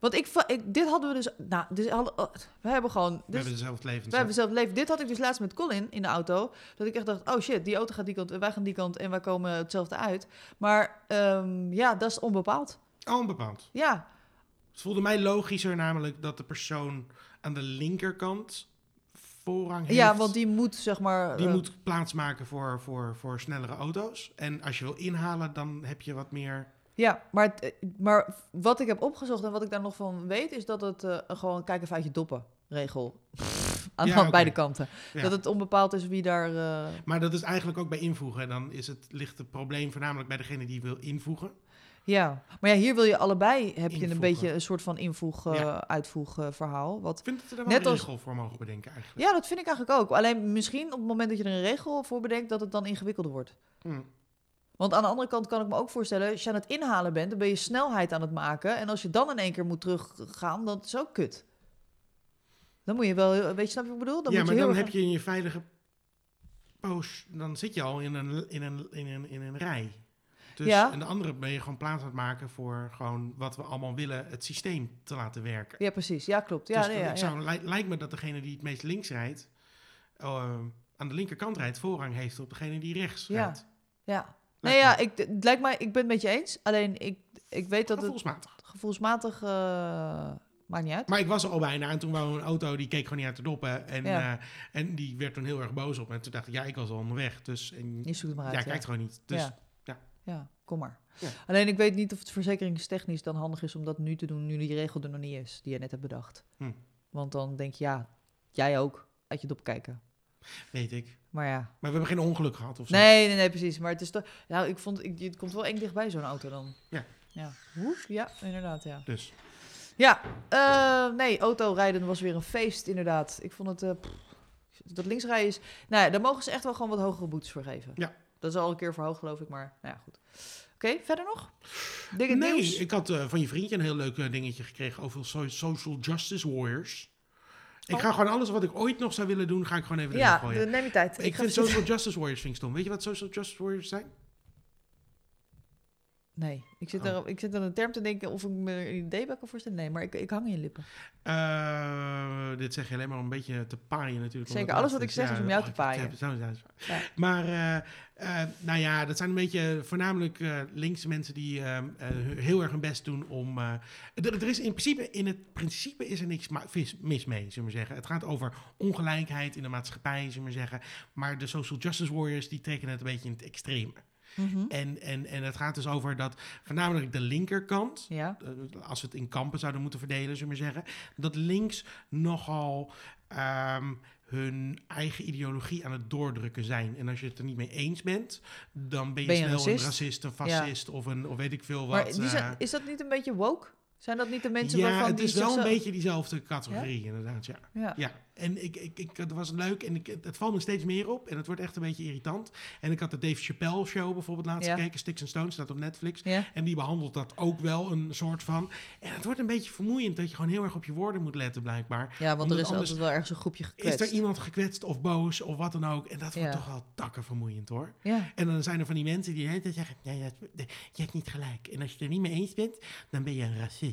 [SPEAKER 2] want ik, va- ik. Dit hadden we dus. Nou, dit hadden, eh, we hebben gewoon.
[SPEAKER 1] We
[SPEAKER 2] dit-
[SPEAKER 1] hebben dezelfde levens.
[SPEAKER 2] We hebben zelf leven. Dit had ik dus laatst met Colin in de auto. Dat ik echt dacht, oh shit, die auto gaat die kant en wij gaan die kant en wij komen hetzelfde uit. Maar ehm, ja, dat is onbepaald.
[SPEAKER 1] Oh, Onbepaald.
[SPEAKER 2] Ja,
[SPEAKER 1] Het voelde mij logischer namelijk dat de persoon aan de linkerkant voorrang heeft.
[SPEAKER 2] ja want die moet zeg maar...
[SPEAKER 1] Die
[SPEAKER 2] eh,
[SPEAKER 1] moet plaatsmaken voor, voor, voor snellere auto's. En als je wil inhalen, dan heb je wat meer...
[SPEAKER 2] Ja, maar, het, eh, maar wat ik heb opgezocht en wat ik daar nog van weet... is dat het eh, gewoon kijk even uit je doppen regel. Aan
[SPEAKER 1] Ja,
[SPEAKER 2] aan
[SPEAKER 1] oké.
[SPEAKER 2] beide kanten.
[SPEAKER 1] Ja.
[SPEAKER 2] Dat het onbepaald is wie daar... eh,
[SPEAKER 1] Maar dat is eigenlijk ook bij invoegen. En dan is het, ligt het probleem voornamelijk bij degene die wil invoegen.
[SPEAKER 2] Ja, maar ja, hier wil je allebei... heb je een
[SPEAKER 1] Invoegen.
[SPEAKER 2] beetje een soort van invoeg, eh,
[SPEAKER 1] Ja.
[SPEAKER 2] uitvoeg eh, verhaal. Wat
[SPEAKER 1] Ik vind dat we er wel
[SPEAKER 2] Net
[SPEAKER 1] een
[SPEAKER 2] als-
[SPEAKER 1] regel voor mogen bedenken eigenlijk.
[SPEAKER 2] Ja, dat vind ik eigenlijk ook. Alleen misschien op het moment dat je er een regel voor bedenkt, dat het dan ingewikkelder wordt.
[SPEAKER 1] Hm.
[SPEAKER 2] Want aan de andere kant kan ik me ook voorstellen, als je aan het inhalen bent, dan ben je snelheid aan het maken. En als je dan in één keer moet teruggaan, dan is het ook kut. Dan moet je wel, heel- weet je, snap je wat ik bedoel? Dan
[SPEAKER 1] ja,
[SPEAKER 2] moet
[SPEAKER 1] maar
[SPEAKER 2] je heel
[SPEAKER 1] dan
[SPEAKER 2] erg-
[SPEAKER 1] heb je in je veilige poos... Dan zit je al in een, in een, in een, in een rij. Dus,
[SPEAKER 2] Ja.
[SPEAKER 1] En de andere ben je gewoon plaats aan het maken voor gewoon wat we allemaal willen, het systeem te laten werken.
[SPEAKER 2] Ja, precies. Ja, klopt. Ja,
[SPEAKER 1] dus
[SPEAKER 2] nee,
[SPEAKER 1] dat-
[SPEAKER 2] ja,
[SPEAKER 1] ik
[SPEAKER 2] ja.
[SPEAKER 1] zou, lij- lijkt me dat degene die het meest links rijdt, eh, aan de linkerkant rijdt, voorrang heeft op degene die rechts
[SPEAKER 2] Ja,
[SPEAKER 1] rijdt.
[SPEAKER 2] Ja. Nee,
[SPEAKER 1] Lijkt
[SPEAKER 2] ja,
[SPEAKER 1] me.
[SPEAKER 2] ik, het lijkt mij, ik ben het met je eens. Alleen ik, ik weet dat het
[SPEAKER 1] Gevoelsmatig.
[SPEAKER 2] gevoelsmatig eh, Maakt niet uit.
[SPEAKER 1] Maar ik was er al bijna en toen wou een auto, die keek gewoon niet uit de doppen. En,
[SPEAKER 2] Ja.
[SPEAKER 1] eh, en die werd toen heel erg boos op. En toen dacht ik, ja, ik was al onderweg. Dus en,
[SPEAKER 2] Je zoekt het maar
[SPEAKER 1] ja,
[SPEAKER 2] uit.
[SPEAKER 1] kijkt gewoon niet. Dus
[SPEAKER 2] Ja.
[SPEAKER 1] ja.
[SPEAKER 2] Ja, kom maar.
[SPEAKER 1] Ja.
[SPEAKER 2] Alleen ik weet niet of het verzekeringstechnisch dan handig is om dat nu te doen, nu die regel er nog niet is, die je net hebt bedacht.
[SPEAKER 1] Hm.
[SPEAKER 2] Want dan denk je, ja, jij ook, uit je dop kijken.
[SPEAKER 1] weet ik.
[SPEAKER 2] Maar ja.
[SPEAKER 1] Maar we hebben geen ongeluk gehad of zo.
[SPEAKER 2] Nee, nee, nee, precies. Maar het is toch. Nou, ik vond. Ik, het komt wel eng dichtbij zo'n auto dan.
[SPEAKER 1] Ja.
[SPEAKER 2] Ja. Hoe? Ja, inderdaad, ja.
[SPEAKER 1] Dus
[SPEAKER 2] Ja, eh, nee, autorijden was weer een feest, inderdaad. Ik vond het. eh, pff, dat linksrijden is. Nou ja, daar mogen ze echt wel gewoon wat hogere boetes voor geven.
[SPEAKER 1] Ja.
[SPEAKER 2] Dat is al een keer verhoogd, geloof ik, maar. Nou ja, goed. Oké, verder nog? Dingen
[SPEAKER 1] nee,
[SPEAKER 2] nieuws?
[SPEAKER 1] ik had eh, van je vriendje een heel leuk eh, dingetje gekregen over so- social justice warriors. Ik
[SPEAKER 2] Oh.
[SPEAKER 1] ga gewoon alles wat ik ooit nog zou willen doen, ga ik gewoon even erin
[SPEAKER 2] Ja,
[SPEAKER 1] gooien.
[SPEAKER 2] de- neem je tijd.
[SPEAKER 1] ik
[SPEAKER 2] ga
[SPEAKER 1] vind
[SPEAKER 2] even
[SPEAKER 1] social justice warriors vind ik stom. Weet je wat social justice warriors zijn?
[SPEAKER 2] zitten- Nee, ik zit,
[SPEAKER 1] Oh.
[SPEAKER 2] er, ik zit aan een term te denken of ik me er een idee bij kan voorstellen. Nee, maar ik, ik hang in je lippen.
[SPEAKER 1] Eh, dit zeg je alleen maar om een beetje te paaien natuurlijk.
[SPEAKER 2] Zeker,
[SPEAKER 1] omdat
[SPEAKER 2] alles
[SPEAKER 1] het
[SPEAKER 2] wat ik zeg is om jou te
[SPEAKER 1] ik- ja,
[SPEAKER 2] paaien.
[SPEAKER 1] zo- zo- zo.
[SPEAKER 2] Ja.
[SPEAKER 1] Maar, eh, eh, nou ja, dat zijn een beetje voornamelijk eh, linkse mensen die eh, eh, hu- heel erg hun best doen om... eh, er, er is in principe, in het principe is er niks ma- vis- mis mee, zullen we zeggen. Het gaat over ongelijkheid in de maatschappij, zullen we zeggen. Maar de social justice warriors, die trekken het een beetje in het extreme.
[SPEAKER 2] Mhm.
[SPEAKER 1] En, en, en het gaat dus over dat voornamelijk de linkerkant
[SPEAKER 2] Ja.
[SPEAKER 1] eh, als we het in kampen zouden moeten verdelen, zullen we maar zeggen, dat links nogal ehm, hun eigen ideologie aan het doordrukken zijn. En als je het er niet mee eens bent, dan ben je,
[SPEAKER 2] Ben je
[SPEAKER 1] snel
[SPEAKER 2] een racist?
[SPEAKER 1] een racist, een fascist of een of weet ik veel wat.
[SPEAKER 2] Maar die zijn,
[SPEAKER 1] eh.
[SPEAKER 2] is dat niet een beetje woke? Zijn dat niet de mensen
[SPEAKER 1] ja,
[SPEAKER 2] waarvan
[SPEAKER 1] het
[SPEAKER 2] die
[SPEAKER 1] is wel een
[SPEAKER 2] zichzelf-
[SPEAKER 1] beetje diezelfde categorie, inderdaad. Ja.
[SPEAKER 2] Ja.
[SPEAKER 1] Ja, en ik, ik, ik, het was leuk en ik, het valt me steeds meer op en het wordt echt een beetje irritant. En ik had de Dave Chappelle show bijvoorbeeld laatst
[SPEAKER 2] Ja.
[SPEAKER 1] gekeken, Sticks and Stones, staat op Netflix.
[SPEAKER 2] Ja.
[SPEAKER 1] En die behandelt dat ook wel een soort van. En het wordt een beetje vermoeiend dat je gewoon heel erg op je woorden moet letten, blijkbaar.
[SPEAKER 2] ja, want er
[SPEAKER 1] Omdat
[SPEAKER 2] is
[SPEAKER 1] anders-
[SPEAKER 2] altijd wel ergens een groepje gekwetst.
[SPEAKER 1] Is er iemand gekwetst of boos of wat dan ook? En dat wordt
[SPEAKER 2] Ja.
[SPEAKER 1] toch wel takken vermoeiend hoor.
[SPEAKER 2] Ja.
[SPEAKER 1] En dan zijn er van die mensen die de hele tijd zeggen: nee, dat, je hebt niet gelijk. En als je het er niet mee eens bent, dan ben je een racist.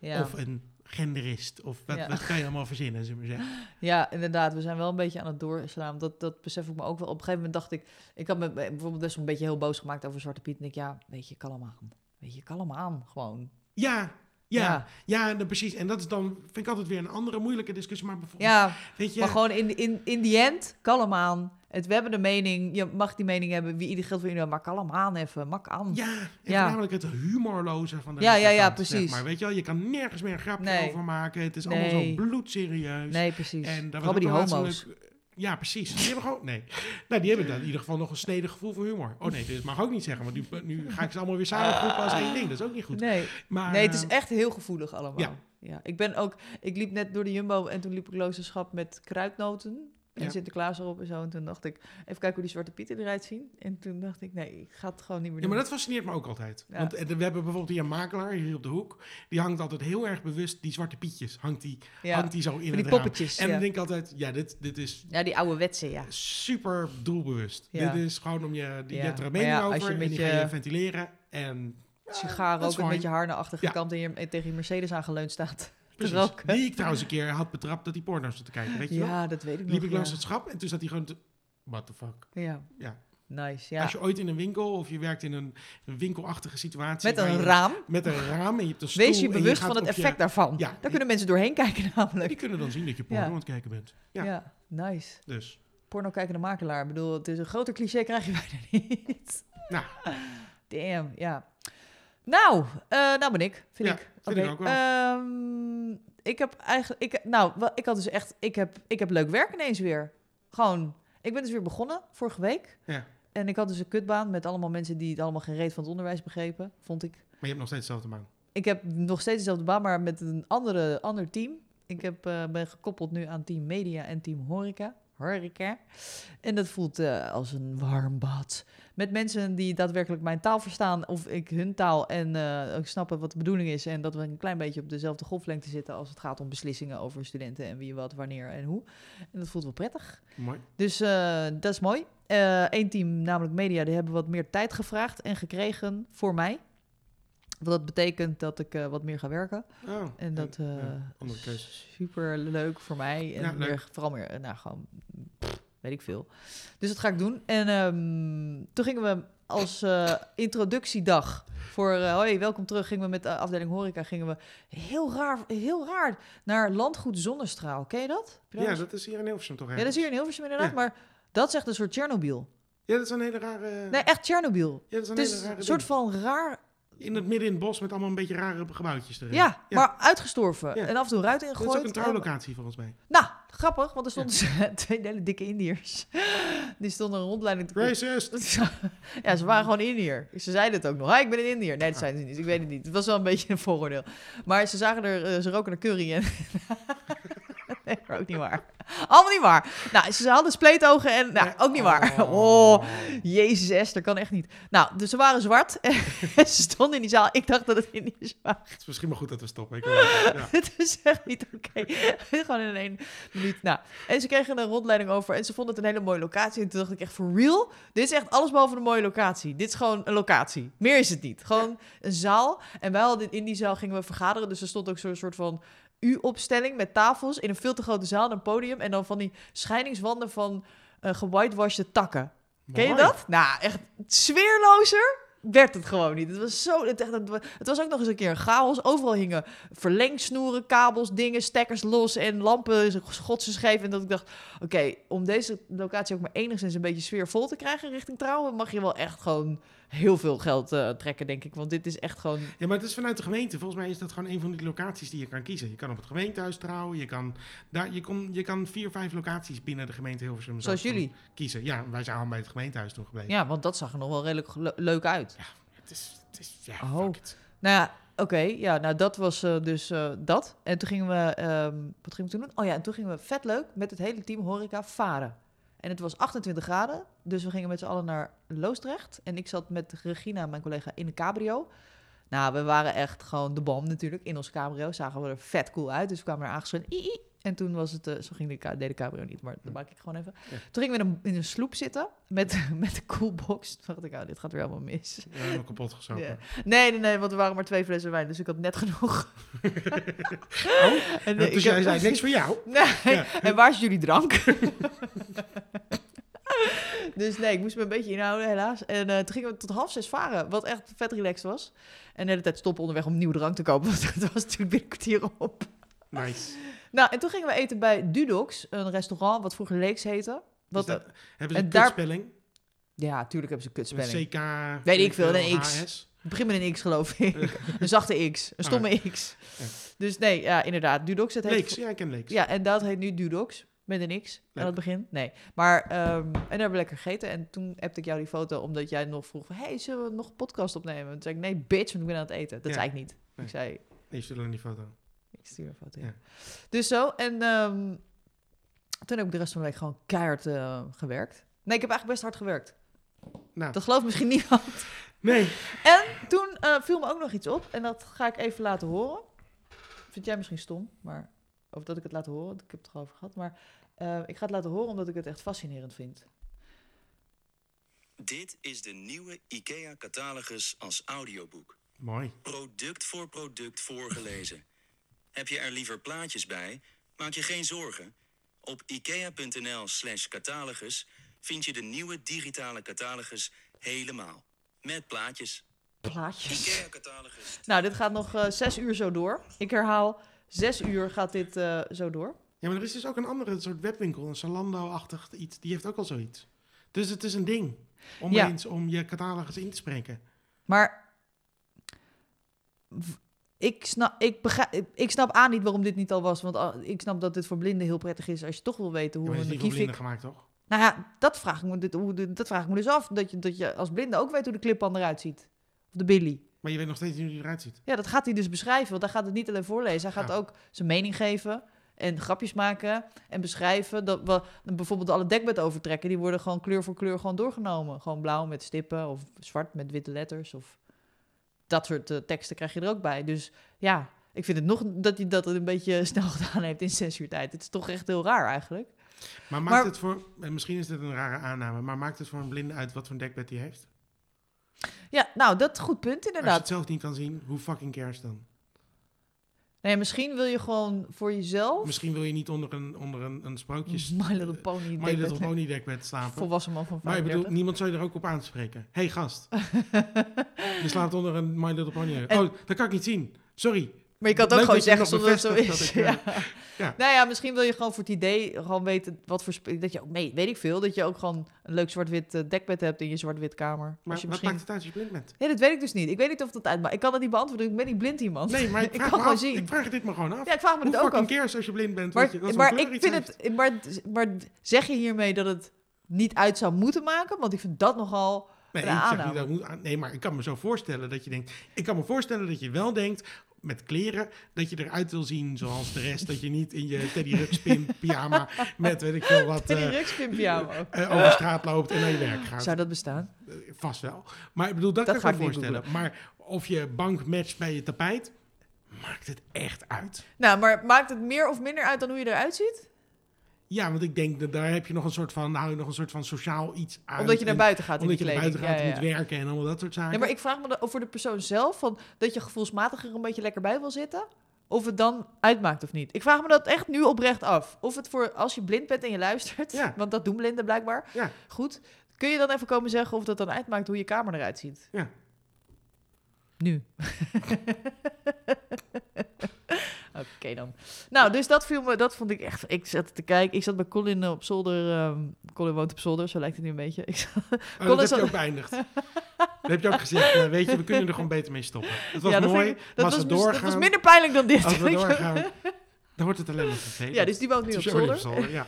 [SPEAKER 2] Ja.
[SPEAKER 1] Of een genderist. Of wat,
[SPEAKER 2] Ja.
[SPEAKER 1] wat kan je allemaal verzinnen, zullen we maar zeggen.
[SPEAKER 2] ja, inderdaad. We zijn wel een beetje aan het doorslaan. Dat, dat besef ik me ook wel. Op een gegeven moment dacht ik... Ik had me be- bijvoorbeeld best wel een beetje heel boos gemaakt over Zwarte Piet. En ik, ja, weet je, kalm aan. Weet je, kalm aan. Gewoon.
[SPEAKER 1] Ja, ja, ja.
[SPEAKER 2] Ja.
[SPEAKER 1] dan precies. En dat is dan, vind ik altijd weer een andere moeilijke discussie. Maar bijvoorbeeld,
[SPEAKER 2] Ja,
[SPEAKER 1] weet je,
[SPEAKER 2] maar gewoon in, in, in the end, kalm aan. Het, we hebben de mening. Je mag die mening hebben. Wie ieder geldt voor iedereen. Maar kalm aan even. Mak aan.
[SPEAKER 1] Ja, dus- en
[SPEAKER 2] Ja.
[SPEAKER 1] voornamelijk het humorloze van de
[SPEAKER 2] Ja, ja, ja,
[SPEAKER 1] rechterkant, Zeg
[SPEAKER 2] precies.
[SPEAKER 1] maar. Weet je wel, je kan nergens meer een grapje
[SPEAKER 2] Nee.
[SPEAKER 1] over maken. Het is
[SPEAKER 2] Nee.
[SPEAKER 1] allemaal zo bloedserieus.
[SPEAKER 2] Nee, precies.
[SPEAKER 1] En daar
[SPEAKER 2] Grappen die
[SPEAKER 1] was ook
[SPEAKER 2] homo's.
[SPEAKER 1] wel laatst een leuk- Ja, precies. Die hebben gewoon... Nee. Nou, die hebben dan in ieder geval nog een snedig gevoel voor humor. Oh nee, dit mag ik ook niet zeggen, want nu, nu ga ik ze allemaal weer samengroepen als één ding. Dat is ook niet goed.
[SPEAKER 2] Nee.
[SPEAKER 1] Maar,
[SPEAKER 2] Nee, het is
[SPEAKER 1] eh,
[SPEAKER 2] echt heel gevoelig allemaal.
[SPEAKER 1] ja.
[SPEAKER 2] Ja. Ik ben ook, ik liep net door de Jumbo en toen liep ik loze schap met kruidnoten en
[SPEAKER 1] Ja.
[SPEAKER 2] Sinterklaas erop en zo. En toen dacht ik, even kijken hoe die zwarte pieten eruit zien. En toen dacht ik, nee, ik ga het gewoon niet meer
[SPEAKER 1] Ja,
[SPEAKER 2] doen.
[SPEAKER 1] maar dat fascineert me ook altijd.
[SPEAKER 2] Ja.
[SPEAKER 1] Want eh, we hebben bijvoorbeeld hier een makelaar, hier op de hoek. Die hangt altijd heel erg bewust die zwarte pietjes. Hangt die,
[SPEAKER 2] ja.
[SPEAKER 1] hangt die zo in
[SPEAKER 2] Van
[SPEAKER 1] het
[SPEAKER 2] die
[SPEAKER 1] raam.
[SPEAKER 2] poppetjes.
[SPEAKER 1] En
[SPEAKER 2] ja.
[SPEAKER 1] dan denk ik altijd, ja, dit, dit is
[SPEAKER 2] ja, die oude wetsen, ja.
[SPEAKER 1] super doelbewust.
[SPEAKER 2] Ja.
[SPEAKER 1] Dit is gewoon om je, die,
[SPEAKER 2] Ja,
[SPEAKER 1] je hebt er een
[SPEAKER 2] maar
[SPEAKER 1] mening
[SPEAKER 2] ja, als
[SPEAKER 1] over
[SPEAKER 2] je
[SPEAKER 1] en
[SPEAKER 2] met
[SPEAKER 1] die ga je
[SPEAKER 2] je-
[SPEAKER 1] ventileren. En
[SPEAKER 2] Sigaren
[SPEAKER 1] dat is
[SPEAKER 2] ook een
[SPEAKER 1] fijn.
[SPEAKER 2] beetje harnenachtige
[SPEAKER 1] Ja.
[SPEAKER 2] kant en je en tegen je Mercedes aangeleund staat.
[SPEAKER 1] precies,
[SPEAKER 2] roken.
[SPEAKER 1] die ik trouwens een keer had betrapt dat die porno's zat te kijken, weet je wel?
[SPEAKER 2] Ja, dat weet ik
[SPEAKER 1] Liep
[SPEAKER 2] nog.
[SPEAKER 1] ik
[SPEAKER 2] ja.
[SPEAKER 1] langs het schap en toen zat hij gewoon te... What the fuck?
[SPEAKER 2] ja.
[SPEAKER 1] Ja.
[SPEAKER 2] nice. Ja.
[SPEAKER 1] Als je ooit in een winkel of je werkt in een, een winkelachtige situatie...
[SPEAKER 2] Met
[SPEAKER 1] waar
[SPEAKER 2] een
[SPEAKER 1] je-
[SPEAKER 2] raam.
[SPEAKER 1] Met een raam en je hebt een stoel
[SPEAKER 2] Wees je
[SPEAKER 1] en
[SPEAKER 2] bewust
[SPEAKER 1] gaat
[SPEAKER 2] van het
[SPEAKER 1] op je-
[SPEAKER 2] effect daarvan.
[SPEAKER 1] Ja.
[SPEAKER 2] Daar kunnen mensen doorheen kijken namelijk.
[SPEAKER 1] Die kunnen dan zien dat je porno
[SPEAKER 2] Ja.
[SPEAKER 1] aan het kijken bent. Ja.
[SPEAKER 2] Ja, nice.
[SPEAKER 1] Dus,
[SPEAKER 2] porno kijkende makelaar. Ik bedoel, het is een groter cliché krijg je bijna niet.
[SPEAKER 1] Nou.
[SPEAKER 2] Damn, ja. Nou, eh, nou ben ik, vind
[SPEAKER 1] Ja,
[SPEAKER 2] ik.
[SPEAKER 1] vind ik
[SPEAKER 2] Oké,
[SPEAKER 1] ook wel.
[SPEAKER 2] ehm, ik heb eigenlijk, ik, nou, wel, ik had dus echt, ik heb, ik heb leuk werk ineens weer. Gewoon, ik ben dus weer begonnen vorige week.
[SPEAKER 1] Ja.
[SPEAKER 2] En ik had dus een kutbaan met allemaal mensen die het allemaal geen reet van het onderwijs begrepen, vond ik.
[SPEAKER 1] maar je hebt nog steeds dezelfde maan.
[SPEAKER 2] Ik heb nog steeds dezelfde baan, maar met een andere, ander team. Ik heb, eh, ben gekoppeld nu aan Team Media en Team Horeca. Horeca. En dat voelt eh, als een warm bad. Met mensen die daadwerkelijk mijn taal verstaan of ik hun taal en eh, ook snappen wat de bedoeling is. En dat we een klein beetje op dezelfde golflengte zitten als het gaat om beslissingen over studenten en wie wat, wanneer en hoe. En dat voelt wel prettig.
[SPEAKER 1] Mooi.
[SPEAKER 2] Dus eh, dat is mooi. Eén team, namelijk media, die hebben wat meer tijd gevraagd en gekregen voor mij. Want dat betekent dat ik eh, wat meer ga werken.
[SPEAKER 1] Oh,
[SPEAKER 2] En dat eh
[SPEAKER 1] ja, andere keuze.
[SPEAKER 2] super leuk voor mij. En
[SPEAKER 1] Ja, leuk.
[SPEAKER 2] meer- vooral meer, eh, nou gewoon, pff, weet ik veel. Dus dat ga ik doen. En ehm, toen gingen we als eh, introductiedag voor eh, hoi, welkom terug, gingen we met de afdeling horeca gingen we heel raar, heel raar naar landgoed Zonnestraal. Ken je dat? Heb je
[SPEAKER 1] Ja,
[SPEAKER 2] eens-
[SPEAKER 1] dat is hier in Hilversum toch
[SPEAKER 2] ja, dat is hier
[SPEAKER 1] ergens?
[SPEAKER 2] in Hilversum inderdaad,
[SPEAKER 1] Ja.
[SPEAKER 2] maar dat is echt een soort Tsjernobyl.
[SPEAKER 1] Ja, dat is een hele rare...
[SPEAKER 2] Nee, echt Tsjernobyl.
[SPEAKER 1] ja, dat is een
[SPEAKER 2] Het is
[SPEAKER 1] hele rare
[SPEAKER 2] een soort
[SPEAKER 1] ding.
[SPEAKER 2] van raar,
[SPEAKER 1] In het midden in het bos met allemaal een beetje rare gebouwtjes erin.
[SPEAKER 2] ja, maar uitgestorven.
[SPEAKER 1] Ja.
[SPEAKER 2] En af en toe ruit ingegooid.
[SPEAKER 1] Dat is ook een
[SPEAKER 2] En-
[SPEAKER 1] trouwlocatie volgens mij.
[SPEAKER 2] Nou, grappig, want er stonden ze- twee hele dikke Indiërs. Die stonden een rondleiding te
[SPEAKER 1] Racist!
[SPEAKER 2] Ja, ze waren gewoon Indiër. Ze zeiden het ook nog. "Hi, ik ben een Indiër. Nee, dat zijn ze niet. Ik weet het niet. Het was wel een beetje een vooroordeel. Maar ze zagen er, eh, ze roken er curry en... nee, maar ook niet waar. Allemaal niet waar. Nou, ze hadden spleetogen en... Nou, ook niet waar. Oh, jezus Esther, kan echt niet. Nou, dus ze waren zwart en ze stonden in die zaal. Ik dacht dat het Indiërs waren.
[SPEAKER 1] Het is misschien maar goed dat we stoppen. Ik wil- ja.
[SPEAKER 2] Het is echt niet oké. Gewoon in één minuut. Nou, en ze kregen een rondleiding over en ze vonden het een hele mooie locatie. En toen dacht ik echt, for real? Dit is echt alles behalve een mooie locatie. Dit is gewoon een locatie. Meer is het niet. Gewoon een zaal. En wij hadden in die zaal gingen we vergaderen. Dus er stond ook zo'n soort van U-opstelling met tafels in een veel te grote zaal en een podium. En dan van die scheidingswanden van eh gewhitewashed takken. Ken je
[SPEAKER 1] Mooi.
[SPEAKER 2] dat? Nou, echt sfeerlozer werd het gewoon niet. Het was, zo, het, echt, het wa- het was ook nog eens een keer een chaos. Overal hingen verlengsnoeren, kabels, dingen, stekkers los en lampen, schotsen scheef. En dat ik dacht, oké, om deze locatie ook maar enigszins een beetje sfeervol te krijgen richting trouwen, mag je wel echt gewoon heel veel geld eh, trekken, denk ik. Want dit is echt gewoon...
[SPEAKER 1] Ja, maar het is vanuit de gemeente. Volgens mij is dat gewoon een van die locaties die je kan kiezen. Je kan op het gemeentehuis trouwen. Je kan, daar, je kon, je kan vier, vijf locaties binnen de gemeente Hilversum zelf
[SPEAKER 2] Zoals jullie.
[SPEAKER 1] kiezen. Ja, wij zijn al bij het gemeentehuis toen gebleven.
[SPEAKER 2] Ja, want dat zag er nog wel redelijk le- leuk uit.
[SPEAKER 1] Het is, het is, ja,
[SPEAKER 2] Oh.
[SPEAKER 1] fuck it.
[SPEAKER 2] Nou ja, oké. ja, nou dat was eh, dus eh, dat. En toen gingen we, ehm, wat gingen we toen doen? Oh ja, en toen gingen we vet leuk met het hele team horeca varen. En het was 28 graden, dus we gingen met z'n allen naar Loosdrecht. En ik zat met Regina, mijn collega, in een cabrio. Nou, we waren echt gewoon de bom natuurlijk. In ons cabrio zagen we er vet cool uit. Dus we kwamen er aangeschoten. "Ii, ii." En toen was het, eh, zo ging de, ka- deed de cabrio niet, maar dat maak ik gewoon even.
[SPEAKER 1] Ja.
[SPEAKER 2] Toen gingen we in een, in een sloep zitten met, met de coolbox. Toen dacht ik, oh, dit gaat weer helemaal mis.
[SPEAKER 1] We hebben hem kapot gezopen.
[SPEAKER 2] Ja. Nee, nee, nee, want er waren maar twee flessen wijn, dus ik had net genoeg. en, eh,
[SPEAKER 1] Oh, En dus
[SPEAKER 2] ik heb-
[SPEAKER 1] jij zei, niks voor jou.
[SPEAKER 2] Nee,
[SPEAKER 1] Ja.
[SPEAKER 2] en waar is jullie drank? dus nee, ik moest me een beetje inhouden, helaas. En eh, toen gingen we tot half zes varen, wat echt vet relaxed was. En de hele tijd stoppen onderweg om nieuwe drank te kopen, want het was natuurlijk binnen een kwartier op.
[SPEAKER 1] Nice.
[SPEAKER 2] Nou, en toen gingen we eten bij Dudox, een restaurant wat vroeger Leeks heette. Wat,
[SPEAKER 1] Wat Dus dat, hebben ze
[SPEAKER 2] en
[SPEAKER 1] een
[SPEAKER 2] daar-
[SPEAKER 1] kutspelling?
[SPEAKER 2] Ja, tuurlijk hebben ze
[SPEAKER 1] Een
[SPEAKER 2] kutspelling.
[SPEAKER 1] CK?
[SPEAKER 2] Weet ik veel, een X.
[SPEAKER 1] HS?
[SPEAKER 2] Het begint met een X, geloof ik. Een zachte X, een stomme X.
[SPEAKER 1] Ah. Ja.
[SPEAKER 2] Dus nee, ja, inderdaad. Dudox, dat heet...
[SPEAKER 1] Leeks, ja, ik ken Leeks.
[SPEAKER 2] Ja, en dat heet nu Dudox. Met een X aan
[SPEAKER 1] Leuk.
[SPEAKER 2] het begin. Nee. Maar, ehm, en daar hebben we lekker gegeten. En toen appte ik jou die foto, omdat jij nog vroeg van... hey, zullen we nog een podcast opnemen? Toen zei ik, nee, bitch, want ik ben aan het eten. Dat
[SPEAKER 1] Ja.
[SPEAKER 2] zei ik niet.
[SPEAKER 1] Nee.
[SPEAKER 2] Ik zei,
[SPEAKER 1] Nee, je stuurt alleen die foto.
[SPEAKER 2] ik stuur een foto, ja.
[SPEAKER 1] Ja.
[SPEAKER 2] Dus zo, en ehm, toen heb ik de rest van de week gewoon keihard eh, gewerkt. Nee, ik heb eigenlijk best hard gewerkt.
[SPEAKER 1] Nou,
[SPEAKER 2] Dat gelooft misschien niemand.
[SPEAKER 1] nee.
[SPEAKER 2] Toen eh, viel me ook nog iets op en dat ga ik even laten horen. Vind jij misschien stom, maar of dat ik het laat horen, want ik heb het er al over gehad. Maar eh, ik ga het laten horen omdat ik het echt fascinerend vind.
[SPEAKER 4] Dit is de nieuwe IKEA-catalogus als audioboek.
[SPEAKER 1] Mooi.
[SPEAKER 4] Product voor product voorgelezen. Heb je er liever plaatjes bij? Maak je geen zorgen. Op ikea.nl/slash catalogus vind je de nieuwe digitale catalogus helemaal. Met plaatjes.
[SPEAKER 2] Plaatjes.
[SPEAKER 4] IKEA-catalogus.
[SPEAKER 2] Nou, dit gaat nog eh, zes uur zo door. Ik herhaal, zes uur gaat dit eh, zo door.
[SPEAKER 1] Ja, maar er is dus ook een andere soort webwinkel, een Zalando-achtig iets. Die heeft ook al zoiets. Dus het is een ding om
[SPEAKER 2] Ja.
[SPEAKER 1] eens om je catalogus in te spreken.
[SPEAKER 2] Maar v- ik snap, ik, begrijp, ik- ik snap aan niet waarom dit niet al was. Want ah, ik snap dat dit voor blinden heel prettig is als je toch wil weten
[SPEAKER 1] Ja,
[SPEAKER 2] hoe
[SPEAKER 1] maar die is
[SPEAKER 2] een
[SPEAKER 1] niet voor
[SPEAKER 2] kievik
[SPEAKER 1] blinden gemaakt, toch?
[SPEAKER 2] Nou ja, dat vraag ik me, dit, hoe, dit- dat vraag ik me dus af. Dat je, dat je als blinde ook weet hoe de clippan eruit ziet. Of de Billy.
[SPEAKER 1] Maar je weet nog steeds niet hoe die eruit ziet.
[SPEAKER 2] Ja, dat gaat hij dus beschrijven. Want hij gaat het niet alleen voorlezen. Hij gaat
[SPEAKER 1] Ja.
[SPEAKER 2] ook zijn mening geven. En grapjes maken. En beschrijven. Dat we, bijvoorbeeld alle dekbed overtrekken. Die worden gewoon kleur voor kleur gewoon doorgenomen. Gewoon blauw met stippen. Of zwart met witte letters. Of dat soort eh, teksten krijg je er ook bij. Dus ja, ik vind het nog dat hij dat een beetje snel gedaan heeft in zes uur tijd. Het is toch echt heel raar eigenlijk.
[SPEAKER 1] Maar maakt
[SPEAKER 2] Maar-
[SPEAKER 1] het voor, en misschien is dit een rare aanname, maar maakt het voor een blinde uit wat voor een dekbed die heeft?
[SPEAKER 2] Ja, nou, dat goed punt
[SPEAKER 1] Als je
[SPEAKER 2] inderdaad.
[SPEAKER 1] het zelf niet kan zien, hoe fucking cares dan?
[SPEAKER 2] Nee, misschien wil je gewoon voor jezelf
[SPEAKER 1] Misschien wil je niet onder een, onder een, een sprookjes...
[SPEAKER 2] My Little Pony
[SPEAKER 1] eh, My Little
[SPEAKER 2] dekbed-
[SPEAKER 1] Pony dekbed slapen.
[SPEAKER 2] volwassen man van
[SPEAKER 1] Maar ik
[SPEAKER 2] 35.
[SPEAKER 1] bedoel, niemand zou je er ook op aanspreken. Hé hey, gast, je slaapt onder een My Little Pony.
[SPEAKER 2] En-
[SPEAKER 1] Oh, dat kan ik niet zien. Sorry.
[SPEAKER 2] maar je kan het ook
[SPEAKER 1] Leuk dat je
[SPEAKER 2] gewoon zeggen
[SPEAKER 1] nog
[SPEAKER 2] zonder dat het zo
[SPEAKER 1] bevestigt
[SPEAKER 2] is.
[SPEAKER 1] dat ik, eh,
[SPEAKER 2] ja.
[SPEAKER 1] ja.
[SPEAKER 2] Nou ja, misschien wil je gewoon voor het idee gewoon weten wat voor... sp- Dat je ook, mee, weet ik veel, dat je ook gewoon een leuk zwart-wit eh, dekbed hebt in je zwart-wit kamer.
[SPEAKER 1] Maar
[SPEAKER 2] Als je
[SPEAKER 1] wat
[SPEAKER 2] misschien...
[SPEAKER 1] maakt het uit als je blind bent?
[SPEAKER 2] Nee, dat weet ik dus niet. Ik weet niet of dat uitmaakt. Ik kan dat niet beantwoorden, ik ben niet blind iemand.
[SPEAKER 1] Nee, maar ik
[SPEAKER 2] Ik
[SPEAKER 1] vraag,
[SPEAKER 2] kan
[SPEAKER 1] me
[SPEAKER 2] gewoon
[SPEAKER 1] af-
[SPEAKER 2] zien.
[SPEAKER 1] ik vraag dit maar gewoon af.
[SPEAKER 2] Ja, ik vraag me
[SPEAKER 1] Hoe
[SPEAKER 2] dat ook
[SPEAKER 1] fucking
[SPEAKER 2] af.
[SPEAKER 1] cares als je blind bent? dat je, dat
[SPEAKER 2] Maar,
[SPEAKER 1] zo'n
[SPEAKER 2] maar
[SPEAKER 1] kleur
[SPEAKER 2] ik
[SPEAKER 1] iets
[SPEAKER 2] vind
[SPEAKER 1] heeft?
[SPEAKER 2] het, maar, maar zeg je hiermee dat het niet uit zou moeten maken? Want ik vind dat nogal.
[SPEAKER 1] Nee,
[SPEAKER 2] een
[SPEAKER 1] ik zeg
[SPEAKER 2] aanname.
[SPEAKER 1] niet dat moet aan- Nee, maar ik kan me zo voorstellen dat je denkt... Ik kan me voorstellen dat je wel denkt, met kleren... dat je eruit wil zien zoals de rest. dat je niet in je Teddy Ruxpin pyjama... met weet ik veel wat...
[SPEAKER 2] Teddy
[SPEAKER 1] eh,
[SPEAKER 2] Ruxpin pyjama.
[SPEAKER 1] eh, over straat loopt en naar je werk gaat.
[SPEAKER 2] Zou dat bestaan?
[SPEAKER 1] Eh, Vast wel. Maar ik bedoel, dat,
[SPEAKER 2] Dat
[SPEAKER 1] kan ik
[SPEAKER 2] ga
[SPEAKER 1] me
[SPEAKER 2] ik niet
[SPEAKER 1] voorstellen. Maar of je bank matcht bij je tapijt... maakt het echt uit.
[SPEAKER 2] Nou, maar maakt het meer of minder uit dan hoe je eruit ziet?
[SPEAKER 1] Ja, want ik denk dat daar heb je nog een soort van... nou, nog een soort van sociaal iets aan.
[SPEAKER 2] Omdat je naar
[SPEAKER 1] En-
[SPEAKER 2] buiten gaat. in
[SPEAKER 1] Omdat je
[SPEAKER 2] die
[SPEAKER 1] naar buiten
[SPEAKER 2] kleding.
[SPEAKER 1] gaat en
[SPEAKER 2] Ja, ja,
[SPEAKER 1] moet
[SPEAKER 2] ja.
[SPEAKER 1] werken en allemaal dat soort zaken.
[SPEAKER 2] Nee, maar ik vraag me dan of voor de persoon zelf van, dat je gevoelsmatig er een beetje lekker bij wil zitten. Of het dan uitmaakt of niet. Ik vraag me dat echt nu oprecht af. Of het voor als je blind bent en je luistert,
[SPEAKER 1] Ja.
[SPEAKER 2] want dat doen blinden blijkbaar.
[SPEAKER 1] Ja.
[SPEAKER 2] Goed. Kun je dan even komen zeggen of dat dan uitmaakt hoe je kamer eruit ziet?
[SPEAKER 1] Ja.
[SPEAKER 2] Nu. Oké dan. Nou, dus dat viel me, dat vond ik echt. Ik zat te kijken. Ik zat bij Colin op zolder. ehm, Colin woont op zolder, zo lijkt het nu een beetje. Ik zat-
[SPEAKER 1] Oh,
[SPEAKER 2] Colin
[SPEAKER 1] dat heb
[SPEAKER 2] zat-
[SPEAKER 1] je ook beëindigd. Dat heb je ook gezegd. eh, weet je, we kunnen er gewoon beter mee stoppen. Het was
[SPEAKER 2] Ja, dat
[SPEAKER 1] mooi.
[SPEAKER 2] vind ik- dat,
[SPEAKER 1] maar als
[SPEAKER 2] was,
[SPEAKER 1] we
[SPEAKER 2] mis- dat
[SPEAKER 1] doorgaan-
[SPEAKER 2] was minder pijnlijk dan dit.
[SPEAKER 1] Als we
[SPEAKER 2] Ik-
[SPEAKER 1] doorgaan, dan wordt het alleen maar vervelend.
[SPEAKER 2] Ja, dus die woont nu op
[SPEAKER 1] Het is ook niet
[SPEAKER 2] zolder.
[SPEAKER 1] zolder, ja.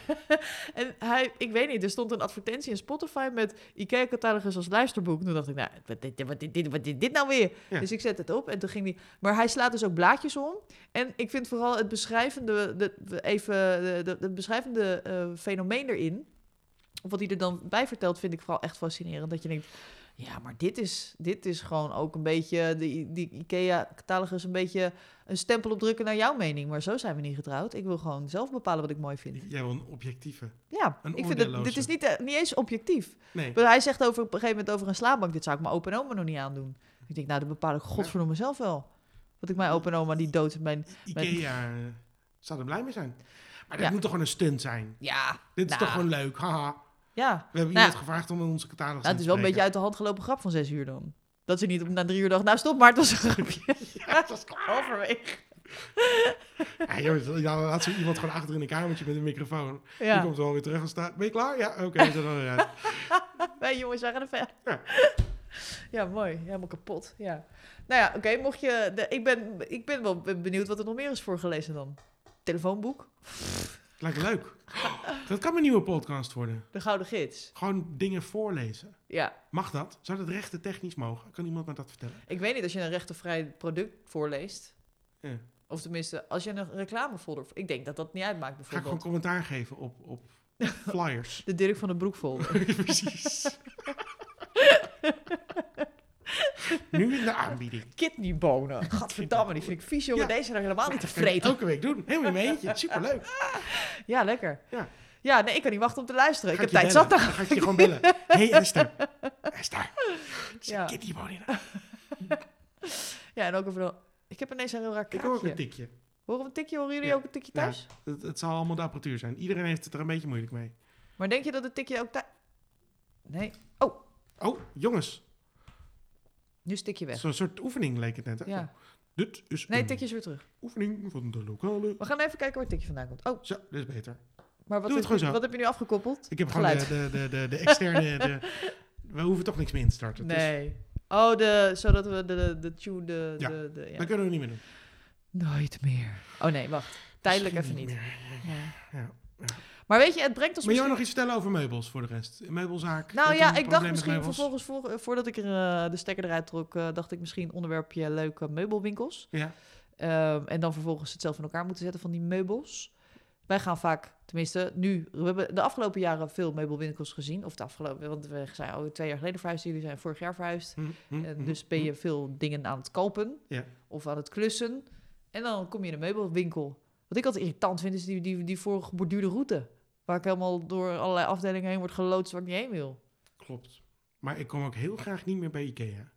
[SPEAKER 2] En hij, ik weet niet, er stond een advertentie in Spotify met IKEA-catalogus als luisterboek. Toen dacht ik, nou, wat dit, wat dit, dit, wat dit, dit nou weer?
[SPEAKER 1] Ja.
[SPEAKER 2] Dus ik zet het op en toen ging die... Maar hij slaat dus ook blaadjes om. En ik vind vooral het beschrijvende, de, de- even, de, de- het beschrijvende eh, fenomeen erin... Of wat hij er dan bij vertelt, vind ik vooral echt fascinerend. Dat je denkt, ja, maar dit is, dit is gewoon ook een beetje... Die, die IKEA-catalogus een beetje een stempel opdrukken naar jouw mening. Maar zo zijn we niet getrouwd. Ik wil gewoon zelf bepalen wat ik mooi vind.
[SPEAKER 1] Jij wil een objectieve.
[SPEAKER 2] Ja,
[SPEAKER 1] Een
[SPEAKER 2] ik vind het, dit
[SPEAKER 1] oordeelloze.
[SPEAKER 2] is niet, eh, niet eens objectief.
[SPEAKER 1] Nee.
[SPEAKER 2] Maar hij zegt over, op een gegeven moment over een slaapbank... dit zou ik mijn open en oma nog niet aandoen. Ik denk, nou, dat bepaal ik godverdomme zelf wel. Dat ik mijn open en oma die dood mijn...
[SPEAKER 1] Ikea eh, zou er blij mee zijn. Maar dit
[SPEAKER 2] Ja.
[SPEAKER 1] moet toch gewoon een stunt zijn?
[SPEAKER 2] Ja,
[SPEAKER 1] Dit is
[SPEAKER 2] nou,
[SPEAKER 1] toch gewoon leuk? Haha.
[SPEAKER 2] Ja,
[SPEAKER 1] We hebben
[SPEAKER 2] Nou,
[SPEAKER 1] iemand gevraagd om onze catalogus in
[SPEAKER 2] nou, het
[SPEAKER 1] te
[SPEAKER 2] is wel een beetje
[SPEAKER 1] spreken.
[SPEAKER 2] uit de hand gelopen grap van zes uur dan. Dat ze niet op, na drie uur dacht, nou stop maar, het was een grapje.
[SPEAKER 1] Ja, het was klaar.
[SPEAKER 2] Halverwege.
[SPEAKER 1] Ja, jongens, dan nou, laat zo iemand gewoon achter in een kamertje met een microfoon. Die
[SPEAKER 2] Ja,
[SPEAKER 1] komt wel weer terug en staat... Ben je klaar? Ja, oké. we zijn er weer uit.
[SPEAKER 2] wij jongens waren er verder.
[SPEAKER 1] Ja.
[SPEAKER 2] Ja, mooi. Helemaal kapot, ja. Nou ja, oké, mocht je... De, ik, ben, ik ben wel benieuwd wat er nog meer is voorgelezen dan. Telefoonboek,
[SPEAKER 1] Het Lijkt me leuk. Dat kan een nieuwe podcast worden.
[SPEAKER 2] De Gouden Gids.
[SPEAKER 1] Gewoon dingen voorlezen.
[SPEAKER 2] Ja,
[SPEAKER 1] Mag dat? Zou dat rechten technisch mogen? Kan iemand me dat vertellen?
[SPEAKER 2] Ik weet niet, als je een rechtenvrij product voorleest.
[SPEAKER 1] Ja.
[SPEAKER 2] Of tenminste, als je een reclamefolder... Ik denk dat dat niet uitmaakt,
[SPEAKER 1] Ga ik
[SPEAKER 2] bijvoorbeeld.
[SPEAKER 1] gewoon commentaar geven op, op flyers.
[SPEAKER 2] De Dirk van den Broek folder.
[SPEAKER 1] Precies. nu in de aanbieding.
[SPEAKER 2] Kidneybonen. Gadverdamme, die vind ik vies, jongen.
[SPEAKER 1] Ja.
[SPEAKER 2] Deze zijn er helemaal niet te
[SPEAKER 1] Kun je het
[SPEAKER 2] vreten.
[SPEAKER 1] Elke week doen. Helemaal in mijn eentje. Superleuk.
[SPEAKER 2] Ja, lekker.
[SPEAKER 1] Ja.
[SPEAKER 2] Ja, nee, ik kan niet wachten om te luisteren. Ik
[SPEAKER 1] Ga
[SPEAKER 2] heb
[SPEAKER 1] je
[SPEAKER 2] tijd
[SPEAKER 1] bellen.
[SPEAKER 2] zat dan.
[SPEAKER 1] Dan ga ik je gewoon bellen. hey Esther. Esther.
[SPEAKER 2] Ja.
[SPEAKER 1] Ja. Kitty woont in.
[SPEAKER 2] Ja, en ook over... de- Ik heb ineens een heel raar
[SPEAKER 1] Ik hoor ook
[SPEAKER 2] kraakje.
[SPEAKER 1] een tikje.
[SPEAKER 2] Horen we een tikje? Horen jullie
[SPEAKER 1] Ja.
[SPEAKER 2] ook een tikje thuis?
[SPEAKER 1] Het, het zal allemaal de apparatuur zijn. Iedereen heeft het er een beetje moeilijk mee.
[SPEAKER 2] Maar denk je dat het tikje ook thuis... Nee,
[SPEAKER 1] Oh, jongens.
[SPEAKER 2] nu is het tikje weg.
[SPEAKER 1] Zo'n soort oefening leek het net. Hè?
[SPEAKER 2] Ja.
[SPEAKER 1] Dit is
[SPEAKER 2] Nee,
[SPEAKER 1] een
[SPEAKER 2] tikje is weer terug.
[SPEAKER 1] oefening van de lokale...
[SPEAKER 2] We gaan even kijken waar het tikje vandaan komt. Oh,
[SPEAKER 1] Zo, dit is beter.
[SPEAKER 2] maar wat,
[SPEAKER 1] Doe het gewoon
[SPEAKER 2] heb, je,
[SPEAKER 1] zo.
[SPEAKER 2] wat heb je nu afgekoppeld?
[SPEAKER 1] Ik heb gewoon
[SPEAKER 2] Geluid.
[SPEAKER 1] de, de, de, de, de externe. De, we hoeven toch niks meer in te starten. dus
[SPEAKER 2] Nee. Oh, de, zodat we de, de, de tune, de...
[SPEAKER 1] Ja,
[SPEAKER 2] de, de- ja.
[SPEAKER 1] Dat kunnen we niet meer doen.
[SPEAKER 2] Nooit meer. Oh nee, wacht. Tijdelijk even
[SPEAKER 1] Misschien
[SPEAKER 2] niet.
[SPEAKER 1] meer.
[SPEAKER 2] Ja.
[SPEAKER 1] Ja, ja.
[SPEAKER 2] Maar weet je, het brengt ons
[SPEAKER 1] Maar jij
[SPEAKER 2] misschien...
[SPEAKER 1] nog iets vertellen over meubels voor de rest? Een Meubelzaak.
[SPEAKER 2] Nou
[SPEAKER 1] dat
[SPEAKER 2] ja,
[SPEAKER 1] een
[SPEAKER 2] ik dacht
[SPEAKER 1] probleem
[SPEAKER 2] misschien
[SPEAKER 1] met meubels.
[SPEAKER 2] vervolgens, voor, eh, voordat ik er, eh, de stekker eruit trok, eh, dacht ik misschien onderwerpje leuke meubelwinkels.
[SPEAKER 1] Ja.
[SPEAKER 2] Ehm, en dan vervolgens het zelf in elkaar moeten zetten van die meubels. Wij gaan vaak, tenminste nu, we hebben de afgelopen jaren veel meubelwinkels gezien. Of de afgelopen, want we zijn al twee jaar geleden verhuisd, jullie zijn vorig jaar verhuisd.
[SPEAKER 1] Hm, hm,
[SPEAKER 2] En
[SPEAKER 1] hm.
[SPEAKER 2] dus ben je veel dingen aan het kopen
[SPEAKER 1] Ja.
[SPEAKER 2] of aan het klussen. En dan kom je in een meubelwinkel. Wat ik altijd irritant vind, is die, die, die voorgeborduurde route. Waar ik helemaal door allerlei afdelingen heen word geloodst waar ik niet heen wil.
[SPEAKER 1] Klopt. Maar ik kom ook heel graag niet meer bij Ikea.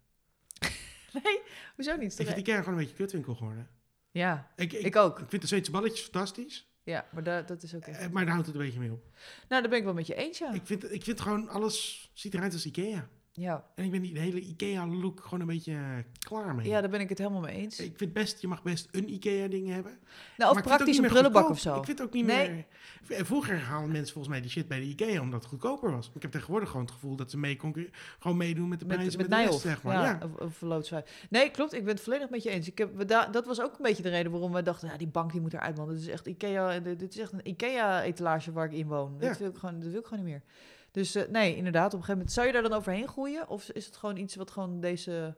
[SPEAKER 2] Hoezo niet?
[SPEAKER 1] Ik vind Ikea gewoon een beetje een kutwinkel geworden.
[SPEAKER 2] Ja,
[SPEAKER 1] Ik, ik,
[SPEAKER 2] ik
[SPEAKER 1] ik,
[SPEAKER 2] ook.
[SPEAKER 1] vind de Zweedse balletjes fantastisch,
[SPEAKER 2] Ja, maar da- dat is ook echt...
[SPEAKER 1] eh, maar daar houdt het een beetje mee op.
[SPEAKER 2] Nou, daar ben ik wel met je eens, ja.
[SPEAKER 1] Ik, vind, ik vind gewoon alles ziet eruit als Ikea.
[SPEAKER 2] Ja,
[SPEAKER 1] En ik ben die hele Ikea-look gewoon een beetje eh, klaar mee.
[SPEAKER 2] ja daar ben ik het helemaal mee eens.
[SPEAKER 1] Ik vind best, je mag best een Ikea-ding hebben.
[SPEAKER 2] nou,
[SPEAKER 1] Maar
[SPEAKER 2] of
[SPEAKER 1] ik vind het ook
[SPEAKER 2] praktisch
[SPEAKER 1] niet
[SPEAKER 2] een
[SPEAKER 1] meer
[SPEAKER 2] prullenbak
[SPEAKER 1] goedkoop.
[SPEAKER 2] of zo.
[SPEAKER 1] Ik vind het ook niet
[SPEAKER 2] Nee.
[SPEAKER 1] meer... v- Vroeger haalden mensen volgens mij die shit bij de Ikea omdat het goedkoper was. Ik heb tegenwoordig gewoon het gevoel dat ze mee concurre- gewoon meedoen met de
[SPEAKER 2] Met,
[SPEAKER 1] prijzen
[SPEAKER 2] met,
[SPEAKER 1] met, de rest,
[SPEAKER 2] Nijhoff,
[SPEAKER 1] zeg maar. Ja.
[SPEAKER 2] ja, Of, of Loodzwaai. Nee, klopt, ik ben het volledig met je eens. Ik heb, we da- dat was ook een beetje de reden waarom we dachten... Ja, die bank die moet eruit, want dit is echt, Ikea, eh, dit dit is echt een Ikea-etalage waar ik in woon.
[SPEAKER 1] Ja.
[SPEAKER 2] Dat, wil ik gewoon, dat wil ik gewoon niet meer. Dus eh, nee, inderdaad, op een gegeven moment... Zou je daar dan overheen groeien? Of is het gewoon iets wat gewoon deze...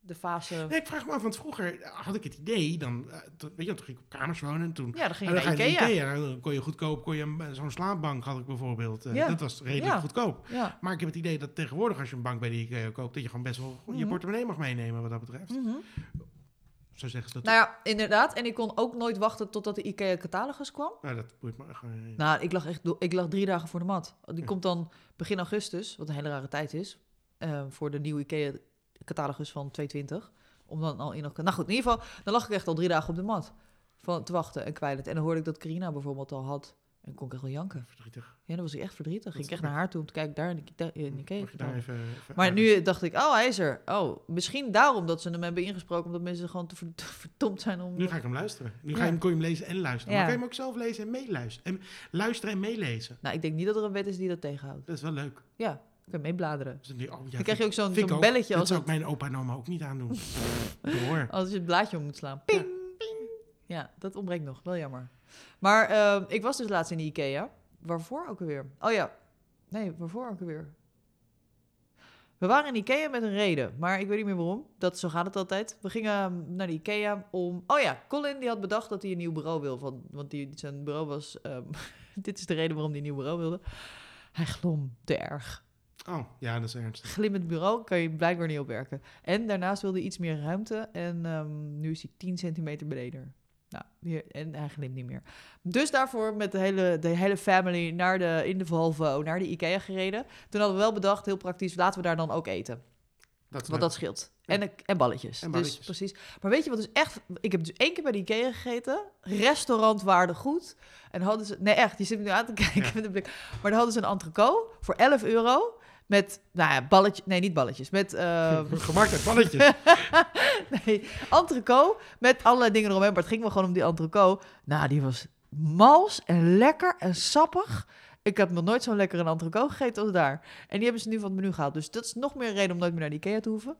[SPEAKER 2] De fase...
[SPEAKER 1] Nee, ik vraag me af, want vroeger had ik het idee, dan, eh, toen- weet je, toen ging ik op kamers wonen en toen...
[SPEAKER 2] Ja, dan ging
[SPEAKER 1] en
[SPEAKER 2] je
[SPEAKER 1] Nou, dan
[SPEAKER 2] naar
[SPEAKER 1] ga je
[SPEAKER 2] Ikea.
[SPEAKER 1] naar Ikea, en dan kon je goedkoop, kon je een- zo'n slaapbank had ik bijvoorbeeld. Eh,
[SPEAKER 2] Ja.
[SPEAKER 1] Dat was redelijk
[SPEAKER 2] Ja.
[SPEAKER 1] goedkoop.
[SPEAKER 2] Ja.
[SPEAKER 1] Maar ik heb het idee dat tegenwoordig als je een bank bij de Ikea koopt, dat je gewoon best wel je
[SPEAKER 2] Mhm.
[SPEAKER 1] portemonnee mag meenemen wat dat betreft.
[SPEAKER 2] Mhm.
[SPEAKER 1] Zo zeggen ze dat.
[SPEAKER 2] Nou ja, inderdaad. En ik kon ook nooit wachten totdat de IKEA-catalogus kwam.
[SPEAKER 1] Nou, dat boeit me gewoon niet.
[SPEAKER 2] Nou, ik lag echt do- ik lag drie dagen voor de mat. Die
[SPEAKER 1] Ja.
[SPEAKER 2] komt dan begin augustus, wat een hele rare tijd is, eh, voor de nieuwe IKEA-catalogus van 220. Om dan al in elkaar... Nou goed, in ieder geval, dan lag ik echt al drie dagen op de mat van, te wachten en kwijlend. En dan hoorde ik dat Carina bijvoorbeeld al had. En kon ik echt wel janken.
[SPEAKER 1] verdrietig.
[SPEAKER 2] Ja, dan was ik echt verdrietig.
[SPEAKER 1] Dat
[SPEAKER 2] Ik kreeg
[SPEAKER 1] snap
[SPEAKER 2] naar haar toe om te kijken, daar in de Ikea- in de
[SPEAKER 1] Mag je daar
[SPEAKER 2] IKEA-catalogus.
[SPEAKER 1] even, even dus-
[SPEAKER 2] Maar
[SPEAKER 1] aandacht-
[SPEAKER 2] nu dacht ik, oh, hij is er. Oh, misschien daarom dat ze hem hebben ingesproken, omdat mensen gewoon te ver- te verdomd zijn om...
[SPEAKER 1] nu ga ik hem luisteren. Nu ga
[SPEAKER 2] Ja.
[SPEAKER 1] je hem, kon je hem lezen en luisteren. Maar
[SPEAKER 2] Ja.
[SPEAKER 1] kan je hem ook zelf lezen en meeluisteren. En luisteren en meelezen.
[SPEAKER 2] Nou, ik denk niet dat er een wet is die dat tegenhoudt.
[SPEAKER 1] Dat is wel leuk.
[SPEAKER 2] Ja, kun je meebladeren.
[SPEAKER 1] Dus nu- oh, ja,
[SPEAKER 2] dan krijg je ook zo'n
[SPEAKER 1] vind ik
[SPEAKER 2] zo'n
[SPEAKER 1] ook.
[SPEAKER 2] belletje
[SPEAKER 1] Dat
[SPEAKER 2] als,
[SPEAKER 1] zou
[SPEAKER 2] het,
[SPEAKER 1] ook mijn opa en oma ook niet aandoen. Door.
[SPEAKER 2] als je het blaadje om moet slaan. Ping, ping. Ja, dat ontbreekt nog. Wel jammer. Maar eh, ik was dus laatst in de IKEA. Waarvoor ook alweer? Oh ja. Nee, waarvoor ook alweer? We waren in IKEA met een reden, maar ik weet niet meer waarom. Dat, zo gaat het altijd. We gingen ehm, naar de IKEA om... Oh ja, Colin die had bedacht dat hij een nieuw bureau wil. Van, want die, zijn bureau was... ehm, dit is de reden waarom hij een nieuw bureau wilde. Hij glom te erg.
[SPEAKER 1] Oh, ja, dat is ernstig.
[SPEAKER 2] glimmend bureau kan je blijkbaar niet opwerken. En daarnaast wilde hij iets meer ruimte. En ehm, nu is hij 10 centimeter breder. Nou, hier, en hij glimt niet meer. Dus daarvoor met de hele, de hele family naar de, in de Volvo, naar de Ikea gereden. Toen hadden we wel bedacht, heel praktisch, laten we daar dan ook eten.
[SPEAKER 1] Dat is
[SPEAKER 2] Want
[SPEAKER 1] leuk.
[SPEAKER 2] dat scheelt.
[SPEAKER 1] Ja.
[SPEAKER 2] En, en balletjes.
[SPEAKER 1] En
[SPEAKER 2] Dus
[SPEAKER 1] balletjes.
[SPEAKER 2] precies. Maar weet je wat dus echt... Ik heb dus één keer bij de Ikea gegeten. Restaurantwaarde goed. En hadden ze... Nee, echt. Je zit me nu aan te kijken
[SPEAKER 1] Ja.
[SPEAKER 2] met een blik. Maar dan hadden ze een entrecote voor 11 euro. Met, nou ja, balletjes... Nee, niet balletjes. Met... eh,
[SPEAKER 1] Gemaakt uit balletjes.
[SPEAKER 2] nee, entrecote met allerlei dingen eromheen. Maar het ging wel gewoon om die entrecote. Nou, die was mals en lekker en sappig. Ik heb nog nooit zo'n lekkere entrecote gegeten als daar. En die hebben ze nu van het menu gehaald. Dus dat is nog meer reden om nooit meer naar de Ikea te hoeven.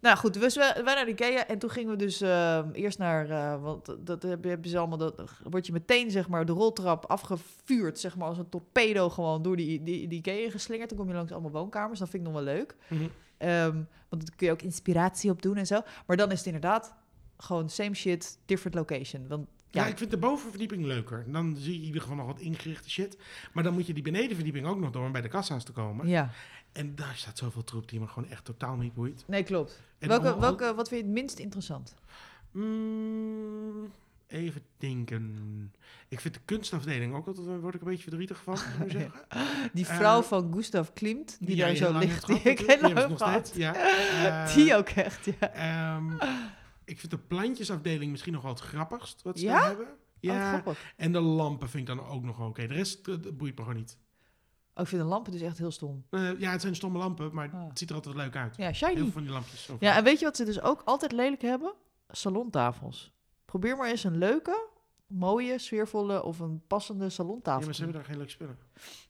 [SPEAKER 2] Nou goed, dus wij, wij naar de Ikea. En toen gingen we dus ehm, eerst naar... eh, want dat- dat heb je, heb je ze allemaal... Dat, word je meteen zeg maar de roltrap afgevuurd. Zeg maar als een torpedo gewoon door die, die, die Ikea geslingerd. Dan kom je langs allemaal woonkamers. Dat vind ik nog wel leuk.
[SPEAKER 1] Mhm.
[SPEAKER 2] Ehm, want dan kun je ook inspiratie op doen en zo. Maar dan is het inderdaad gewoon same shit, different location. Want
[SPEAKER 1] Ja,
[SPEAKER 2] ja,
[SPEAKER 1] ik vind de bovenverdieping leuker. Dan zie je in ieder geval nog wat ingerichte shit. Maar dan moet je die benedenverdieping ook nog door om bij de kassa's te komen.
[SPEAKER 2] ja.
[SPEAKER 1] En daar staat zoveel troep die me gewoon echt totaal niet boeit.
[SPEAKER 2] nee, klopt.
[SPEAKER 1] En
[SPEAKER 2] Welke,
[SPEAKER 1] om-
[SPEAKER 2] welke, wat vind je het minst interessant?
[SPEAKER 1] Mm, even denken. Ik vind de kunstafdeling ook altijd, daar word ik een beetje verdrietig van. moet ik zeggen.
[SPEAKER 2] Die
[SPEAKER 1] Eh,
[SPEAKER 2] vrouw van Gustav Klimt, die
[SPEAKER 1] jij
[SPEAKER 2] daar
[SPEAKER 1] heel
[SPEAKER 2] zo
[SPEAKER 1] lang
[SPEAKER 2] ligt,
[SPEAKER 1] hebt gehad
[SPEAKER 2] die ik
[SPEAKER 1] natuurlijk.
[SPEAKER 2] heel
[SPEAKER 1] hebben
[SPEAKER 2] lang
[SPEAKER 1] ze nog
[SPEAKER 2] gehad.
[SPEAKER 1] steeds, ja. Eh,
[SPEAKER 2] Die ook echt, ja. Oh,
[SPEAKER 1] ehm, ik vind de plantjesafdeling misschien nog wel het grappigst wat ze
[SPEAKER 2] Ja?
[SPEAKER 1] daar hebben.
[SPEAKER 2] Ja.
[SPEAKER 1] Ja,
[SPEAKER 2] grappig.
[SPEAKER 1] en de lampen vind ik dan ook nog oké. De rest eh, dat boeit me gewoon niet.
[SPEAKER 2] Oh, ik vind de lampen dus echt heel stom.
[SPEAKER 1] Eh, ja, het zijn stomme lampen, maar
[SPEAKER 2] Ah.
[SPEAKER 1] het ziet er altijd leuk uit.
[SPEAKER 2] Ja,
[SPEAKER 1] Heel veel
[SPEAKER 2] shiny.
[SPEAKER 1] van die lampjes. overal.
[SPEAKER 2] Ja, en weet je wat ze dus ook altijd lelijk hebben? Salontafels. Probeer maar eens een leuke, mooie, sfeervolle of een passende
[SPEAKER 1] Ja,
[SPEAKER 2] salontafel.
[SPEAKER 1] maar
[SPEAKER 2] te
[SPEAKER 1] ze hebben daar geen leuke spullen.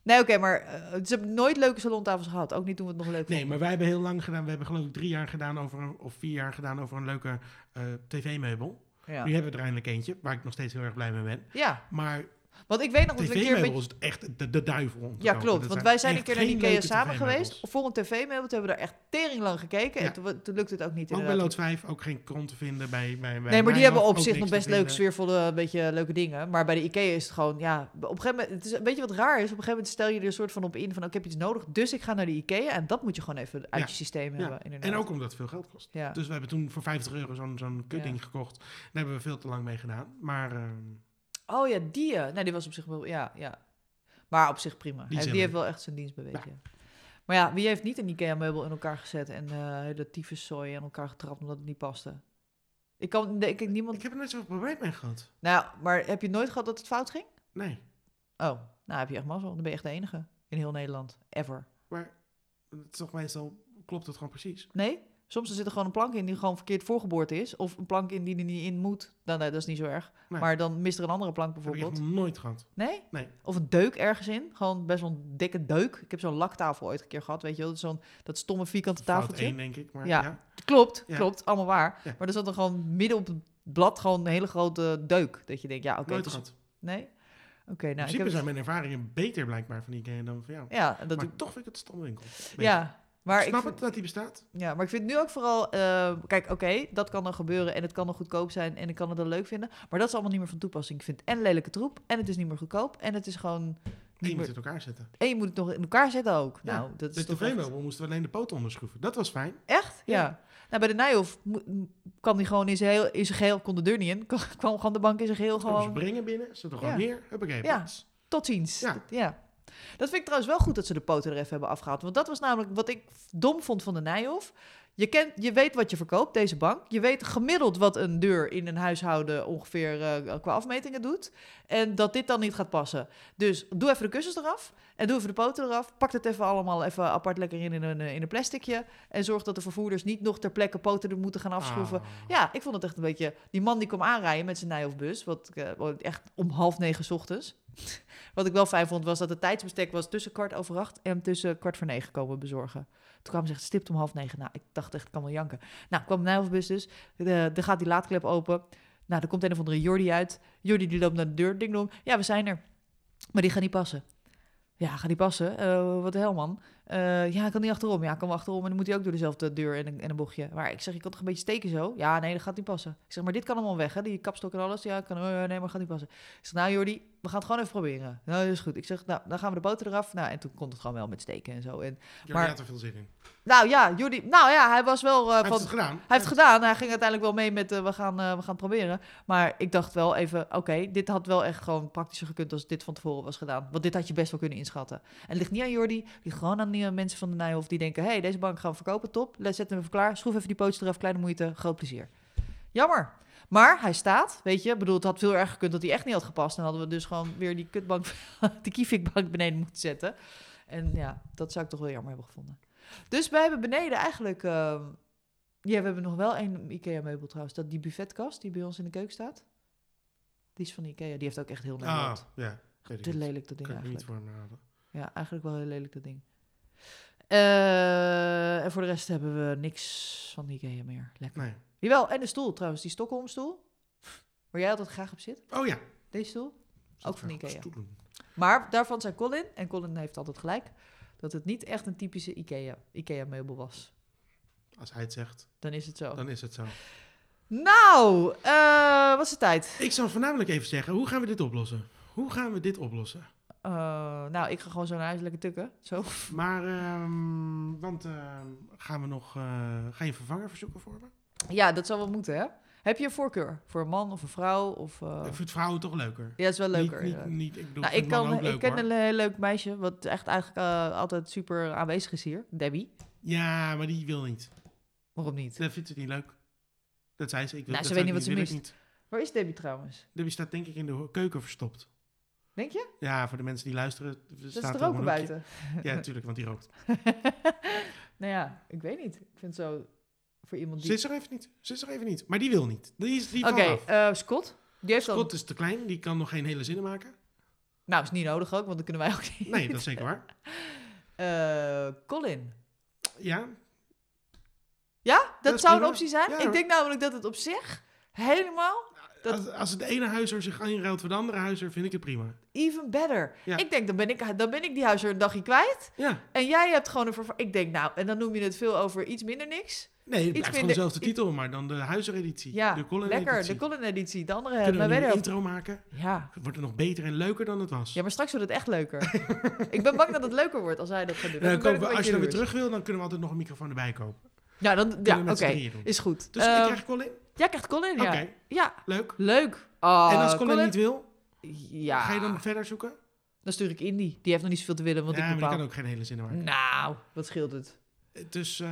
[SPEAKER 2] Nee, oké, maar eh, ze hebben nooit leuke salontafels gehad. Ook niet toen we het nog leuk
[SPEAKER 1] Nee,
[SPEAKER 2] vonden.
[SPEAKER 1] maar wij hebben heel lang gedaan. We hebben geloof ik drie jaar gedaan over een, of vier jaar gedaan over een leuke eh, tv-meubel.
[SPEAKER 2] Ja.
[SPEAKER 1] Nu hebben we er eindelijk eentje, waar ik nog steeds heel erg blij mee ben.
[SPEAKER 2] ja,
[SPEAKER 1] Maar
[SPEAKER 2] want ik weet nog dat we een keer...
[SPEAKER 1] tv-meubel
[SPEAKER 2] Met...
[SPEAKER 1] is echt de, de duivel. om te
[SPEAKER 2] Ja,
[SPEAKER 1] kopen.
[SPEAKER 2] klopt.
[SPEAKER 1] Dat
[SPEAKER 2] Want wij zijn een
[SPEAKER 1] echt
[SPEAKER 2] keer naar de
[SPEAKER 1] geen
[SPEAKER 2] Ikea
[SPEAKER 1] leuke
[SPEAKER 2] samen
[SPEAKER 1] tv-meubels.
[SPEAKER 2] geweest. Voor een tv-meubel. Toen hebben we daar echt tering lang gekeken.
[SPEAKER 1] Ja.
[SPEAKER 2] En toen, toen lukte het ook niet,
[SPEAKER 1] Ook bij
[SPEAKER 2] inderdaad.
[SPEAKER 1] Lood 5 ook geen kont te vinden. Bij, bij, bij
[SPEAKER 2] Nee, maar die
[SPEAKER 1] Nijhoff
[SPEAKER 2] hebben op
[SPEAKER 1] ook
[SPEAKER 2] zich
[SPEAKER 1] niks
[SPEAKER 2] nog
[SPEAKER 1] te
[SPEAKER 2] best leuke,
[SPEAKER 1] vinden.
[SPEAKER 2] sfeervolle, eh, beetje leuke dingen. Maar bij de IKEA is het gewoon, ja, op een gegeven moment, het is, weet je wat raar is? Op een gegeven moment stel je er een soort van op in van, oh, ik heb iets nodig, dus ik ga naar de IKEA. En dat moet je gewoon even uit
[SPEAKER 1] Ja.
[SPEAKER 2] je systeem
[SPEAKER 1] Ja.
[SPEAKER 2] hebben, inderdaad.
[SPEAKER 1] En ook omdat het veel geld kost.
[SPEAKER 2] Ja.
[SPEAKER 1] Dus we hebben toen voor 50 euro zo'n zo'n kutding
[SPEAKER 2] Ja.
[SPEAKER 1] gekocht. Daar hebben we veel te lang mee gedaan. Maar ehm,
[SPEAKER 2] Oh ja, die. eh, Nee, die was op zich wel. Ja, ja. Maar op zich prima.
[SPEAKER 1] Die
[SPEAKER 2] Die,
[SPEAKER 1] zijn
[SPEAKER 2] die
[SPEAKER 1] leuk.
[SPEAKER 2] heeft wel echt zijn dienst bewezen. ja. Maar ja, wie heeft niet een IKEA-meubel in elkaar gezet en eh hele tyfuszooi aan elkaar getrapt omdat het niet paste? Ik kan, nee, ik, niemand...
[SPEAKER 1] Ik heb er nooit zoveel probleem mee gehad.
[SPEAKER 2] Nou, maar heb je nooit gehad dat het fout ging?
[SPEAKER 1] Nee.
[SPEAKER 2] Oh, nou heb je echt mazzel. Dan ben je echt de enige in heel Nederland. Ever.
[SPEAKER 1] Maar het is toch meestal klopt het gewoon precies.
[SPEAKER 2] Nee? Soms er zit er gewoon een plank in die gewoon verkeerd voorgeboord is. Of een plank in die er niet in moet. Dan, nee, dat is niet zo erg.
[SPEAKER 1] Nee.
[SPEAKER 2] Maar dan mist er een andere plank
[SPEAKER 1] Dat heb ik echt
[SPEAKER 2] bijvoorbeeld.
[SPEAKER 1] nog nooit gehad.
[SPEAKER 2] Nee?
[SPEAKER 1] Nee.
[SPEAKER 2] Of een deuk ergens in. Gewoon best wel een dikke deuk. Ik heb zo'n laktafel ooit een keer gehad. Weet je wel, Dat is zo'n, dat stomme vierkante
[SPEAKER 1] Fout
[SPEAKER 2] tafeltje.
[SPEAKER 1] één, denk ik. Maar
[SPEAKER 2] Ja.
[SPEAKER 1] ja.
[SPEAKER 2] Klopt,
[SPEAKER 1] Ja.
[SPEAKER 2] klopt, allemaal waar.
[SPEAKER 1] Ja.
[SPEAKER 2] Maar er zat er gewoon midden op het blad gewoon een hele grote deuk. Dat je denkt, ja, oké.
[SPEAKER 1] nooit
[SPEAKER 2] dus-
[SPEAKER 1] gehad.
[SPEAKER 2] nee? Oké,
[SPEAKER 1] In
[SPEAKER 2] nou, ik
[SPEAKER 1] principe
[SPEAKER 2] heb...
[SPEAKER 1] zijn mijn ervaringen beter blijkbaar van Ikea dan van jou.
[SPEAKER 2] Ja, dat
[SPEAKER 1] maar
[SPEAKER 2] doe-
[SPEAKER 1] toch vind ik het standwinkel.
[SPEAKER 2] ja, maar
[SPEAKER 1] ik snap
[SPEAKER 2] ik,
[SPEAKER 1] het dat die bestaat.
[SPEAKER 2] Ja, maar ik vind nu ook vooral... eh, kijk, oké, dat kan dan gebeuren en het kan dan goedkoop zijn en ik kan het dan leuk vinden. Maar dat is allemaal niet meer van toepassing. Ik vind het en lelijke troep en het is niet meer goedkoop en het is gewoon...
[SPEAKER 1] En je
[SPEAKER 2] Niet
[SPEAKER 1] moet
[SPEAKER 2] meer...
[SPEAKER 1] het elkaar zetten.
[SPEAKER 2] En je moet het nog in elkaar zetten ook.
[SPEAKER 1] Ja,
[SPEAKER 2] nou, dat is
[SPEAKER 1] Dus de
[SPEAKER 2] toch echt...
[SPEAKER 1] Velo moesten we alleen de poten onderschroeven. Dat was fijn.
[SPEAKER 2] Echt? Ja.
[SPEAKER 1] Ja.
[SPEAKER 2] Nou, bij de Nijhof mo- m- kwam die gewoon in zijn heel, in zijn geheel, kon de deur niet in, kwam gewoon de bank in zijn geheel
[SPEAKER 1] Gewoon... Ze
[SPEAKER 2] gewoon
[SPEAKER 1] brengen binnen, ze er gewoon
[SPEAKER 2] Ja.
[SPEAKER 1] neer. Huppakee,
[SPEAKER 2] Ja.
[SPEAKER 1] plaats.
[SPEAKER 2] tot ziens.
[SPEAKER 1] Ja.
[SPEAKER 2] Dat, ja. Dat vind ik trouwens wel goed dat ze de poten er even hebben afgehaald. Want dat was namelijk wat ik dom vond van de Nijhof. Je, kent, je weet wat je verkoopt, deze bank. Je weet gemiddeld wat een deur in een huishouden ongeveer eh, qua afmetingen doet. En dat dit dan niet gaat passen. Dus doe even de kussens eraf en doe even de poten eraf. Pak het even allemaal even apart lekker in in een, eh, in een plasticje. En zorg dat de vervoerders niet nog ter plekke poten er moeten gaan afschroeven.
[SPEAKER 1] Ah.
[SPEAKER 2] Ja, ik vond het echt een beetje... Die man die kwam aanrijden met zijn Nijhoffbus, wat ik, eh, wat echt om half negen 's ochtends. wat ik wel fijn vond, was dat het tijdsbestek was tussen kwart over acht en tussen kwart voor negen komen bezorgen. Toen kwam ze echt stipt om half negen. Nou, ik dacht echt, ik kan wel janken. Nou, kwam de Nijhoffbus dus. De- Dan gaat die laadklep open. Nou, er komt een of andere Jordi uit. Jordi die loopt naar de deur, ding dong. Ja, we zijn er. Maar die gaat niet passen. Ja, gaat niet passen. Eh, wat de hel, man. Eh, ja, ik kan niet achterom. Ja, ik kan wel achterom. En dan moet hij ook door dezelfde deur en een, en een bochtje. Maar ik zeg, je kan toch een beetje steken zo? Ja, nee, dat gaat niet passen. Ik zeg, maar dit kan allemaal weg, hè? Die kapstok en alles. Ja, ik kan, eh, nee, maar gaat niet passen. Ik zeg, nou Jordi, we gaan het gewoon even proberen. Nou, dat is goed. Ik zeg, nou, dan gaan we de boter eraf. Nou, en toen kon het gewoon wel met steken en zo. En,
[SPEAKER 1] Ik
[SPEAKER 2] Maar-
[SPEAKER 1] heb er veel zin in.
[SPEAKER 2] nou ja, Jordi, nou ja, hij was wel eh,
[SPEAKER 1] Hij
[SPEAKER 2] van...
[SPEAKER 1] heeft het gedaan.
[SPEAKER 2] Hij heeft het gedaan. Hij ging uiteindelijk wel mee met eh, we, gaan, eh, we gaan het proberen. Maar ik dacht wel even, oké, dit had wel echt gewoon praktischer gekund als dit van tevoren was gedaan. Want dit had je best wel kunnen inschatten. En het ligt niet aan Jordi, het ligt gewoon aan die eh, mensen van de Nijhof die denken, hé, hey, deze bank gaan we verkopen, top. Let's zetten hem even klaar. Schroef even die pootjes eraf, kleine moeite, groot plezier. Jammer. Maar hij staat, weet je. Ik bedoel, het had veel erger gekund dat hij echt niet had gepast. Dan hadden we dus gewoon weer die kutbank, die kiefikbank beneden moeten zetten. En ja, dat zou ik toch wel jammer hebben gevonden. Dus wij hebben beneden eigenlijk... ehm, ja, we hebben nog wel één IKEA-meubel trouwens. Dat die buffetkast die bij ons in de keuken staat. Die is van IKEA. Die heeft ook echt heel
[SPEAKER 1] Ah,
[SPEAKER 2] Nederland.
[SPEAKER 1] ja. Weet ik
[SPEAKER 2] Te
[SPEAKER 1] niet.
[SPEAKER 2] lelijk dat ding
[SPEAKER 1] Kan ik niet
[SPEAKER 2] eigenlijk.
[SPEAKER 1] voor me halen.
[SPEAKER 2] Ja, eigenlijk wel heel lelijk dat ding. Eh, en voor de rest hebben we niks van IKEA meer. Lekker.
[SPEAKER 1] Nee.
[SPEAKER 2] Jawel, en de stoel trouwens. Die Stockholmstoel. Waar jij altijd graag op zit.
[SPEAKER 1] Oh ja.
[SPEAKER 2] Deze stoel. Ook van Ikea.
[SPEAKER 1] Stoelen.
[SPEAKER 2] Maar daarvan zei Colin, en Colin heeft altijd gelijk, dat het niet echt een typische IKEA, IKEA-meubel was.
[SPEAKER 1] Als hij het zegt,
[SPEAKER 2] Dan is het zo.
[SPEAKER 1] dan is het zo.
[SPEAKER 2] Nou, eh, wat is de tijd?
[SPEAKER 1] Ik zal voornamelijk even zeggen, hoe gaan we dit oplossen? Hoe gaan we dit oplossen?
[SPEAKER 2] Eh, nou, ik ga gewoon zo naar huis lekker tukken. Zo.
[SPEAKER 1] Maar, ehm, want ehm, gaan we nog, eh, ga je een vervanger verzoeken voor me?
[SPEAKER 2] Ja, dat zal wel moeten, hè? Heb je een voorkeur? Voor een man of een vrouw? Of, eh,
[SPEAKER 1] Ik vind vrouwen toch leuker.
[SPEAKER 2] Ja, dat is wel leuker.
[SPEAKER 1] Niet, niet,
[SPEAKER 2] inderdaad.
[SPEAKER 1] niet, ik bedoel,
[SPEAKER 2] Nou,
[SPEAKER 1] vind
[SPEAKER 2] ik,
[SPEAKER 1] mannen
[SPEAKER 2] kan,
[SPEAKER 1] ook leuk,
[SPEAKER 2] ik ken
[SPEAKER 1] hoor.
[SPEAKER 2] een heel leuk meisje, wat echt eigenlijk eh, altijd super aanwezig is hier. Debbie.
[SPEAKER 1] Ja, maar die wil niet.
[SPEAKER 2] Waarom niet?
[SPEAKER 1] Dat vindt ze niet leuk. Dat zei ze. Ik wil,
[SPEAKER 2] Nou,
[SPEAKER 1] dat
[SPEAKER 2] ze weet
[SPEAKER 1] zou
[SPEAKER 2] niet
[SPEAKER 1] ik
[SPEAKER 2] wat ze
[SPEAKER 1] wil ik niet.
[SPEAKER 2] Waar is Debbie trouwens?
[SPEAKER 1] Debbie staat denk ik in de ho- keuken verstopt.
[SPEAKER 2] Denk je?
[SPEAKER 1] Ja, voor de mensen die luisteren.
[SPEAKER 2] Dat
[SPEAKER 1] staat
[SPEAKER 2] is er
[SPEAKER 1] er om
[SPEAKER 2] ook
[SPEAKER 1] een hoekje.
[SPEAKER 2] buiten.
[SPEAKER 1] Ja, natuurlijk, want die rookt.
[SPEAKER 2] nou ja, ik weet niet. Ik vind zo voor iemand
[SPEAKER 1] Ze
[SPEAKER 2] die...
[SPEAKER 1] is er even niet. Ze is er even niet. Maar die wil niet. Die is die
[SPEAKER 2] Oké,
[SPEAKER 1] valt af.
[SPEAKER 2] eh, Scott. Die heeft
[SPEAKER 1] Scott
[SPEAKER 2] dan...
[SPEAKER 1] is te klein. Die kan nog geen hele zinnen maken.
[SPEAKER 2] Nou, is niet nodig ook, want dan kunnen wij ook niet.
[SPEAKER 1] Nee, dat is zeker waar.
[SPEAKER 2] Eh, Colin.
[SPEAKER 1] Ja,
[SPEAKER 2] Ja, dat,
[SPEAKER 1] is
[SPEAKER 2] zou een
[SPEAKER 1] prima.
[SPEAKER 2] optie zijn.
[SPEAKER 1] Ja,
[SPEAKER 2] ik
[SPEAKER 1] hoor.
[SPEAKER 2] denk namelijk dat het op zich helemaal Dat-
[SPEAKER 1] Als, als het ene huishouden zich inruilt voor de andere huishouden, vind ik het prima.
[SPEAKER 2] even better.
[SPEAKER 1] Ja.
[SPEAKER 2] Ik denk, dan ben ik, dan ben ik die huishouden een dagje kwijt.
[SPEAKER 1] Ja,
[SPEAKER 2] En jij hebt gewoon een verva- Ik denk, nou, en dan noem je het veel over iets minder niks.
[SPEAKER 1] nee, het
[SPEAKER 2] Iets
[SPEAKER 1] blijft gewoon
[SPEAKER 2] minder-
[SPEAKER 1] dezelfde titel, maar dan de huishoudeditie.
[SPEAKER 2] Ja,
[SPEAKER 1] de column
[SPEAKER 2] lekker.
[SPEAKER 1] editie.
[SPEAKER 2] De Colin-editie. De andere hebben
[SPEAKER 1] Kunnen we
[SPEAKER 2] we
[SPEAKER 1] een nieuwe
[SPEAKER 2] verder.
[SPEAKER 1] intro maken?
[SPEAKER 2] Ja.
[SPEAKER 1] Wordt het nog beter en leuker dan het was?
[SPEAKER 2] ja, maar straks wordt het echt leuker. ik ben bang dat het leuker wordt als hij dat gaat doen.
[SPEAKER 1] Nou,
[SPEAKER 2] Dan ben
[SPEAKER 1] kopen
[SPEAKER 2] ik
[SPEAKER 1] we-
[SPEAKER 2] een
[SPEAKER 1] als je
[SPEAKER 2] beetje
[SPEAKER 1] dan weer
[SPEAKER 2] jaloers.
[SPEAKER 1] terug wil, dan kunnen we altijd nog een microfoon erbij kopen.
[SPEAKER 2] Ja, dan, ja
[SPEAKER 1] we
[SPEAKER 2] oké.
[SPEAKER 1] met z'n drieën doen.
[SPEAKER 2] Is goed.
[SPEAKER 1] Dus
[SPEAKER 2] Ehm,
[SPEAKER 1] ik krijg Colin.
[SPEAKER 2] Jij krijgt Colin, ja.
[SPEAKER 1] Oké,
[SPEAKER 2] Ja,
[SPEAKER 1] leuk.
[SPEAKER 2] leuk. Ah,
[SPEAKER 1] en als Colin, niet wil,
[SPEAKER 2] Ja.
[SPEAKER 1] ga je dan verder zoeken?
[SPEAKER 2] Dan stuur ik Indy. Die heeft nog niet zoveel te willen, want
[SPEAKER 1] ja,
[SPEAKER 2] ik
[SPEAKER 1] maar die
[SPEAKER 2] bepaal... Mm.
[SPEAKER 1] kan ook geen hele zin maken.
[SPEAKER 2] Nou, wat scheelt het?
[SPEAKER 1] Dus, ehm,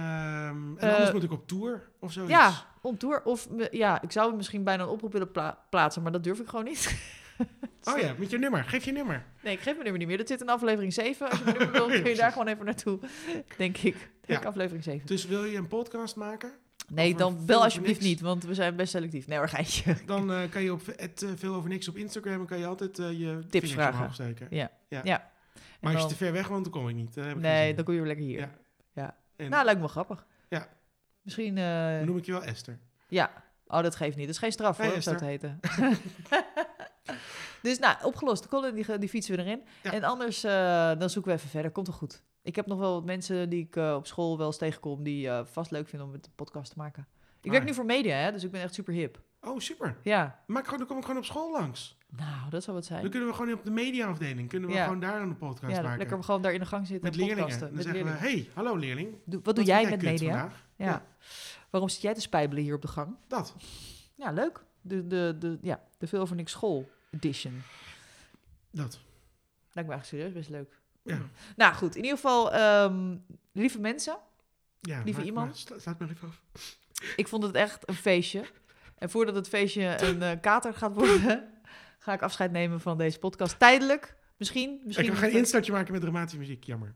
[SPEAKER 1] en
[SPEAKER 2] Eh,
[SPEAKER 1] anders moet ik op tour of zoiets.
[SPEAKER 2] Ja, on tour. Of me- ja, ik zou misschien bijna een oproep willen pla- plaatsen, maar dat durf ik gewoon niet.
[SPEAKER 1] Oh ja, met je nummer. Geef je nummer.
[SPEAKER 2] Nee, ik geef mijn nummer niet meer. Dat zit in aflevering 7. Als je mijn nummer wil, kun je daar gewoon even naartoe. Denk ik. Denk
[SPEAKER 1] Ja.
[SPEAKER 2] aflevering 7.
[SPEAKER 1] Dus wil je een podcast maken?
[SPEAKER 2] Nee,
[SPEAKER 1] Over
[SPEAKER 2] dan
[SPEAKER 1] veel
[SPEAKER 2] wel
[SPEAKER 1] of
[SPEAKER 2] alsjeblieft
[SPEAKER 1] niks.
[SPEAKER 2] niet, want we zijn best selectief. Nee, hoor, geintje.
[SPEAKER 1] Dan eh, kan je op het, eh, veel over niks op Instagram en kan je altijd eh, je vingertje
[SPEAKER 2] vragen.
[SPEAKER 1] omhoog steken.
[SPEAKER 2] Ja.
[SPEAKER 1] Ja.
[SPEAKER 2] Ja.
[SPEAKER 1] Maar als je
[SPEAKER 2] dan-
[SPEAKER 1] te ver weg woont, dan kom ik niet. Daar heb ik geen
[SPEAKER 2] Nee,
[SPEAKER 1] zin
[SPEAKER 2] dan kom je weer lekker hier.
[SPEAKER 1] Ja. in. En
[SPEAKER 2] Nou, lijkt me wel grappig.
[SPEAKER 1] Ja.
[SPEAKER 2] Misschien, eh,
[SPEAKER 1] dan noem ik je wel Esther.
[SPEAKER 2] ja. Oh, dat geeft niet. Dat is geen straf
[SPEAKER 1] Nee,
[SPEAKER 2] hoor, om zo te
[SPEAKER 1] Esther.
[SPEAKER 2] heten. dus nou, opgelost. De column, die, ge- die fietsen we erin.
[SPEAKER 1] Ja.
[SPEAKER 2] En anders, eh, dan zoeken we even verder. Komt wel goed. Ik heb nog wel wat mensen die ik eh, op school wel eens tegenkom... die eh, vast leuk vinden om met de podcast te maken. Ik werk
[SPEAKER 1] Ah.
[SPEAKER 2] nu voor media, hè, dus ik ben echt super hip.
[SPEAKER 1] Oh, super.
[SPEAKER 2] Ja,
[SPEAKER 1] Maak gewoon, dan kom ik gewoon op school langs.
[SPEAKER 2] nou, dat zou wat zijn.
[SPEAKER 1] Dan kunnen we gewoon op de mediaafdeling, kunnen we
[SPEAKER 2] Ja.
[SPEAKER 1] gewoon daar een podcast
[SPEAKER 2] Ja,
[SPEAKER 1] maken.
[SPEAKER 2] lekker gewoon daar in de gang zitten
[SPEAKER 1] met
[SPEAKER 2] en
[SPEAKER 1] leerlingen.
[SPEAKER 2] podcasten.
[SPEAKER 1] Dan
[SPEAKER 2] met
[SPEAKER 1] zeggen
[SPEAKER 2] leerlingen.
[SPEAKER 1] we, hey, hallo leerling. Wat
[SPEAKER 2] Doe- wat doe
[SPEAKER 1] vind
[SPEAKER 2] jij met
[SPEAKER 1] kut
[SPEAKER 2] media?
[SPEAKER 1] vandaag?
[SPEAKER 2] Ja.
[SPEAKER 1] Ja.
[SPEAKER 2] Waarom zit jij te spijbelen hier op de gang?
[SPEAKER 1] Dat.
[SPEAKER 2] Ja, leuk. De, de, de, ja, de Veel Over Niks School Edition.
[SPEAKER 1] Dat.
[SPEAKER 2] Lijkt me eigenlijk serieus best leuk.
[SPEAKER 1] Ja.
[SPEAKER 2] Nou goed, in ieder geval, ehm, lieve mensen.
[SPEAKER 1] Ja,
[SPEAKER 2] Lieve
[SPEAKER 1] maak
[SPEAKER 2] iemand.
[SPEAKER 1] maar- sla- Sluit maar even af.
[SPEAKER 2] Ik vond het echt een feestje. En voordat het feestje een eh, kater gaat worden, ga ik afscheid nemen van deze podcast. Tijdelijk, misschien. misschien
[SPEAKER 1] ik kan geen instartje maken met dramatische muziek, jammer.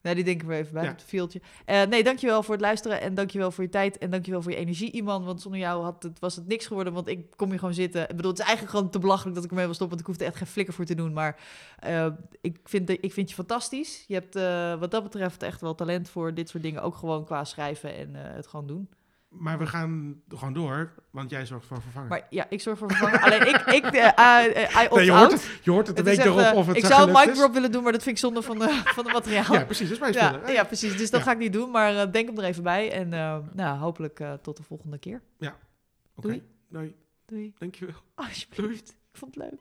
[SPEAKER 2] Nee, die denken we even bij,
[SPEAKER 1] Ja.
[SPEAKER 2] op het vieltje. Eh, nee, dankjewel voor het luisteren en dankjewel voor je tijd en dankjewel voor je energie, iemand. Want zonder jou had het, was het niks geworden, want ik kom hier gewoon zitten. Ik bedoel, het is eigenlijk gewoon te belachelijk dat ik ermee wil stoppen, want ik hoef er echt geen flikker voor te doen. Maar eh, ik, vind, de- ik vind je fantastisch. Je hebt eh, wat dat betreft echt wel talent voor dit soort dingen, ook gewoon qua schrijven en eh, het gewoon doen.
[SPEAKER 1] Maar we gaan gewoon door, want jij zorgt voor vervanger.
[SPEAKER 2] Maar ja, ik zorg voor vervanging. Alleen ik, ik eh, eh, eh, I opt
[SPEAKER 1] Nee, je,
[SPEAKER 2] out.
[SPEAKER 1] hoort het, je hoort het de
[SPEAKER 2] Het is
[SPEAKER 1] week
[SPEAKER 2] echt,
[SPEAKER 1] erop
[SPEAKER 2] eh,
[SPEAKER 1] of het
[SPEAKER 2] ik
[SPEAKER 1] zo
[SPEAKER 2] zou een
[SPEAKER 1] gelukt
[SPEAKER 2] mic
[SPEAKER 1] is.
[SPEAKER 2] drop willen doen, maar dat vind ik zonde van de, van het materiaal.
[SPEAKER 1] Ja, precies, dat is mijn
[SPEAKER 2] Oh.
[SPEAKER 1] Eh,
[SPEAKER 2] Ja,
[SPEAKER 1] spullen.
[SPEAKER 2] ja, precies. Dus dat
[SPEAKER 1] Ah, Ja.
[SPEAKER 2] ga ik niet doen. Maar eh, denk hem er even bij. En eh, nou, hopelijk eh, tot de volgende keer.
[SPEAKER 1] Oké,
[SPEAKER 2] doei.
[SPEAKER 1] nee,
[SPEAKER 2] Doei.
[SPEAKER 1] dankjewel.
[SPEAKER 2] Alsjeblieft. Ik vond het leuk.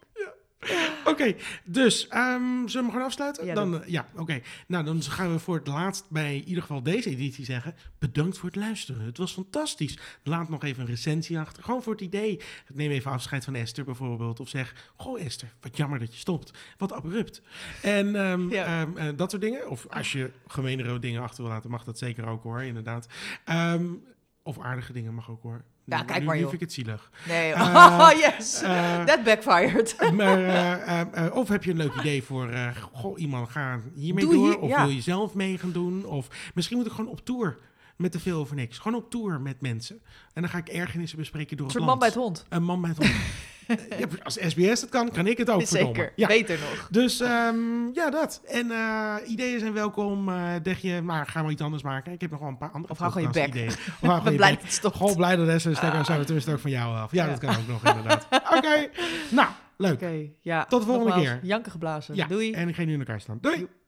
[SPEAKER 1] Oké, dus ehm, zullen we hem gewoon afsluiten?
[SPEAKER 2] Ja,
[SPEAKER 1] dan, eh, ja oké. Nou, dan gaan we voor het laatst bij in ieder geval deze editie zeggen... bedankt voor het luisteren. Het was fantastisch. Laat nog even een recensie achter. Gewoon voor het idee. Neem even afscheid van Esther bijvoorbeeld. Of zeg, goh Esther, wat jammer dat je stopt. Wat abrupt. En ehm,
[SPEAKER 2] Ja.
[SPEAKER 1] ehm, eh, dat soort dingen. Of als je gemeenere dingen achter wil laten, mag dat zeker ook hoor, inderdaad. Ehm, of aardige dingen mag ook hoor.
[SPEAKER 2] Ja,
[SPEAKER 1] Nu-
[SPEAKER 2] kijk
[SPEAKER 1] nu,
[SPEAKER 2] maar,
[SPEAKER 1] Nu
[SPEAKER 2] joh.
[SPEAKER 1] vind ik het zielig.
[SPEAKER 2] Nee.
[SPEAKER 1] Eh,
[SPEAKER 2] oh, yes.
[SPEAKER 1] Eh,
[SPEAKER 2] That backfired.
[SPEAKER 1] maar, eh, eh, eh, of heb je een leuk idee voor, eh, goh, iemand ga hiermee
[SPEAKER 2] Doe
[SPEAKER 1] door.
[SPEAKER 2] hier-
[SPEAKER 1] of
[SPEAKER 2] ja.
[SPEAKER 1] wil je zelf mee gaan doen. Of misschien moet ik gewoon op tour met te veel over niks. Gewoon op tour met mensen. En dan ga ik ergernissen bespreken door
[SPEAKER 2] Een
[SPEAKER 1] het
[SPEAKER 2] soort
[SPEAKER 1] land. Oh,
[SPEAKER 2] man bij het hond.
[SPEAKER 1] Een man bij het hond. Ja, als SBS dat kan, kan ik het ook, verdomme.
[SPEAKER 2] Zeker.
[SPEAKER 1] Ja.
[SPEAKER 2] Beter nog.
[SPEAKER 1] Dus ehm, ja, dat. En eh, ideeën zijn welkom. eh denk je, maar gaan we iets anders maken? Ik heb nog wel een paar andere
[SPEAKER 2] Of hou gewoon je bek.
[SPEAKER 1] podcastideeën. Of hou
[SPEAKER 2] Ik
[SPEAKER 1] gewoon
[SPEAKER 2] ben Ah.
[SPEAKER 1] je
[SPEAKER 2] blij
[SPEAKER 1] bek.
[SPEAKER 2] dat het stopt.
[SPEAKER 1] Gewoon
[SPEAKER 2] Oké.
[SPEAKER 1] blij dat Esther is, dan zijn we tenminste ook van jou af. Ja, dat kan ook nog inderdaad. Oké, nou, leuk.
[SPEAKER 2] Ja,
[SPEAKER 1] Tot de volgende
[SPEAKER 2] nogmaals,
[SPEAKER 1] keer.
[SPEAKER 2] Janken geblazen.
[SPEAKER 1] Ja,
[SPEAKER 2] Doei.
[SPEAKER 1] en ik ga nu in elkaar staan. Doei!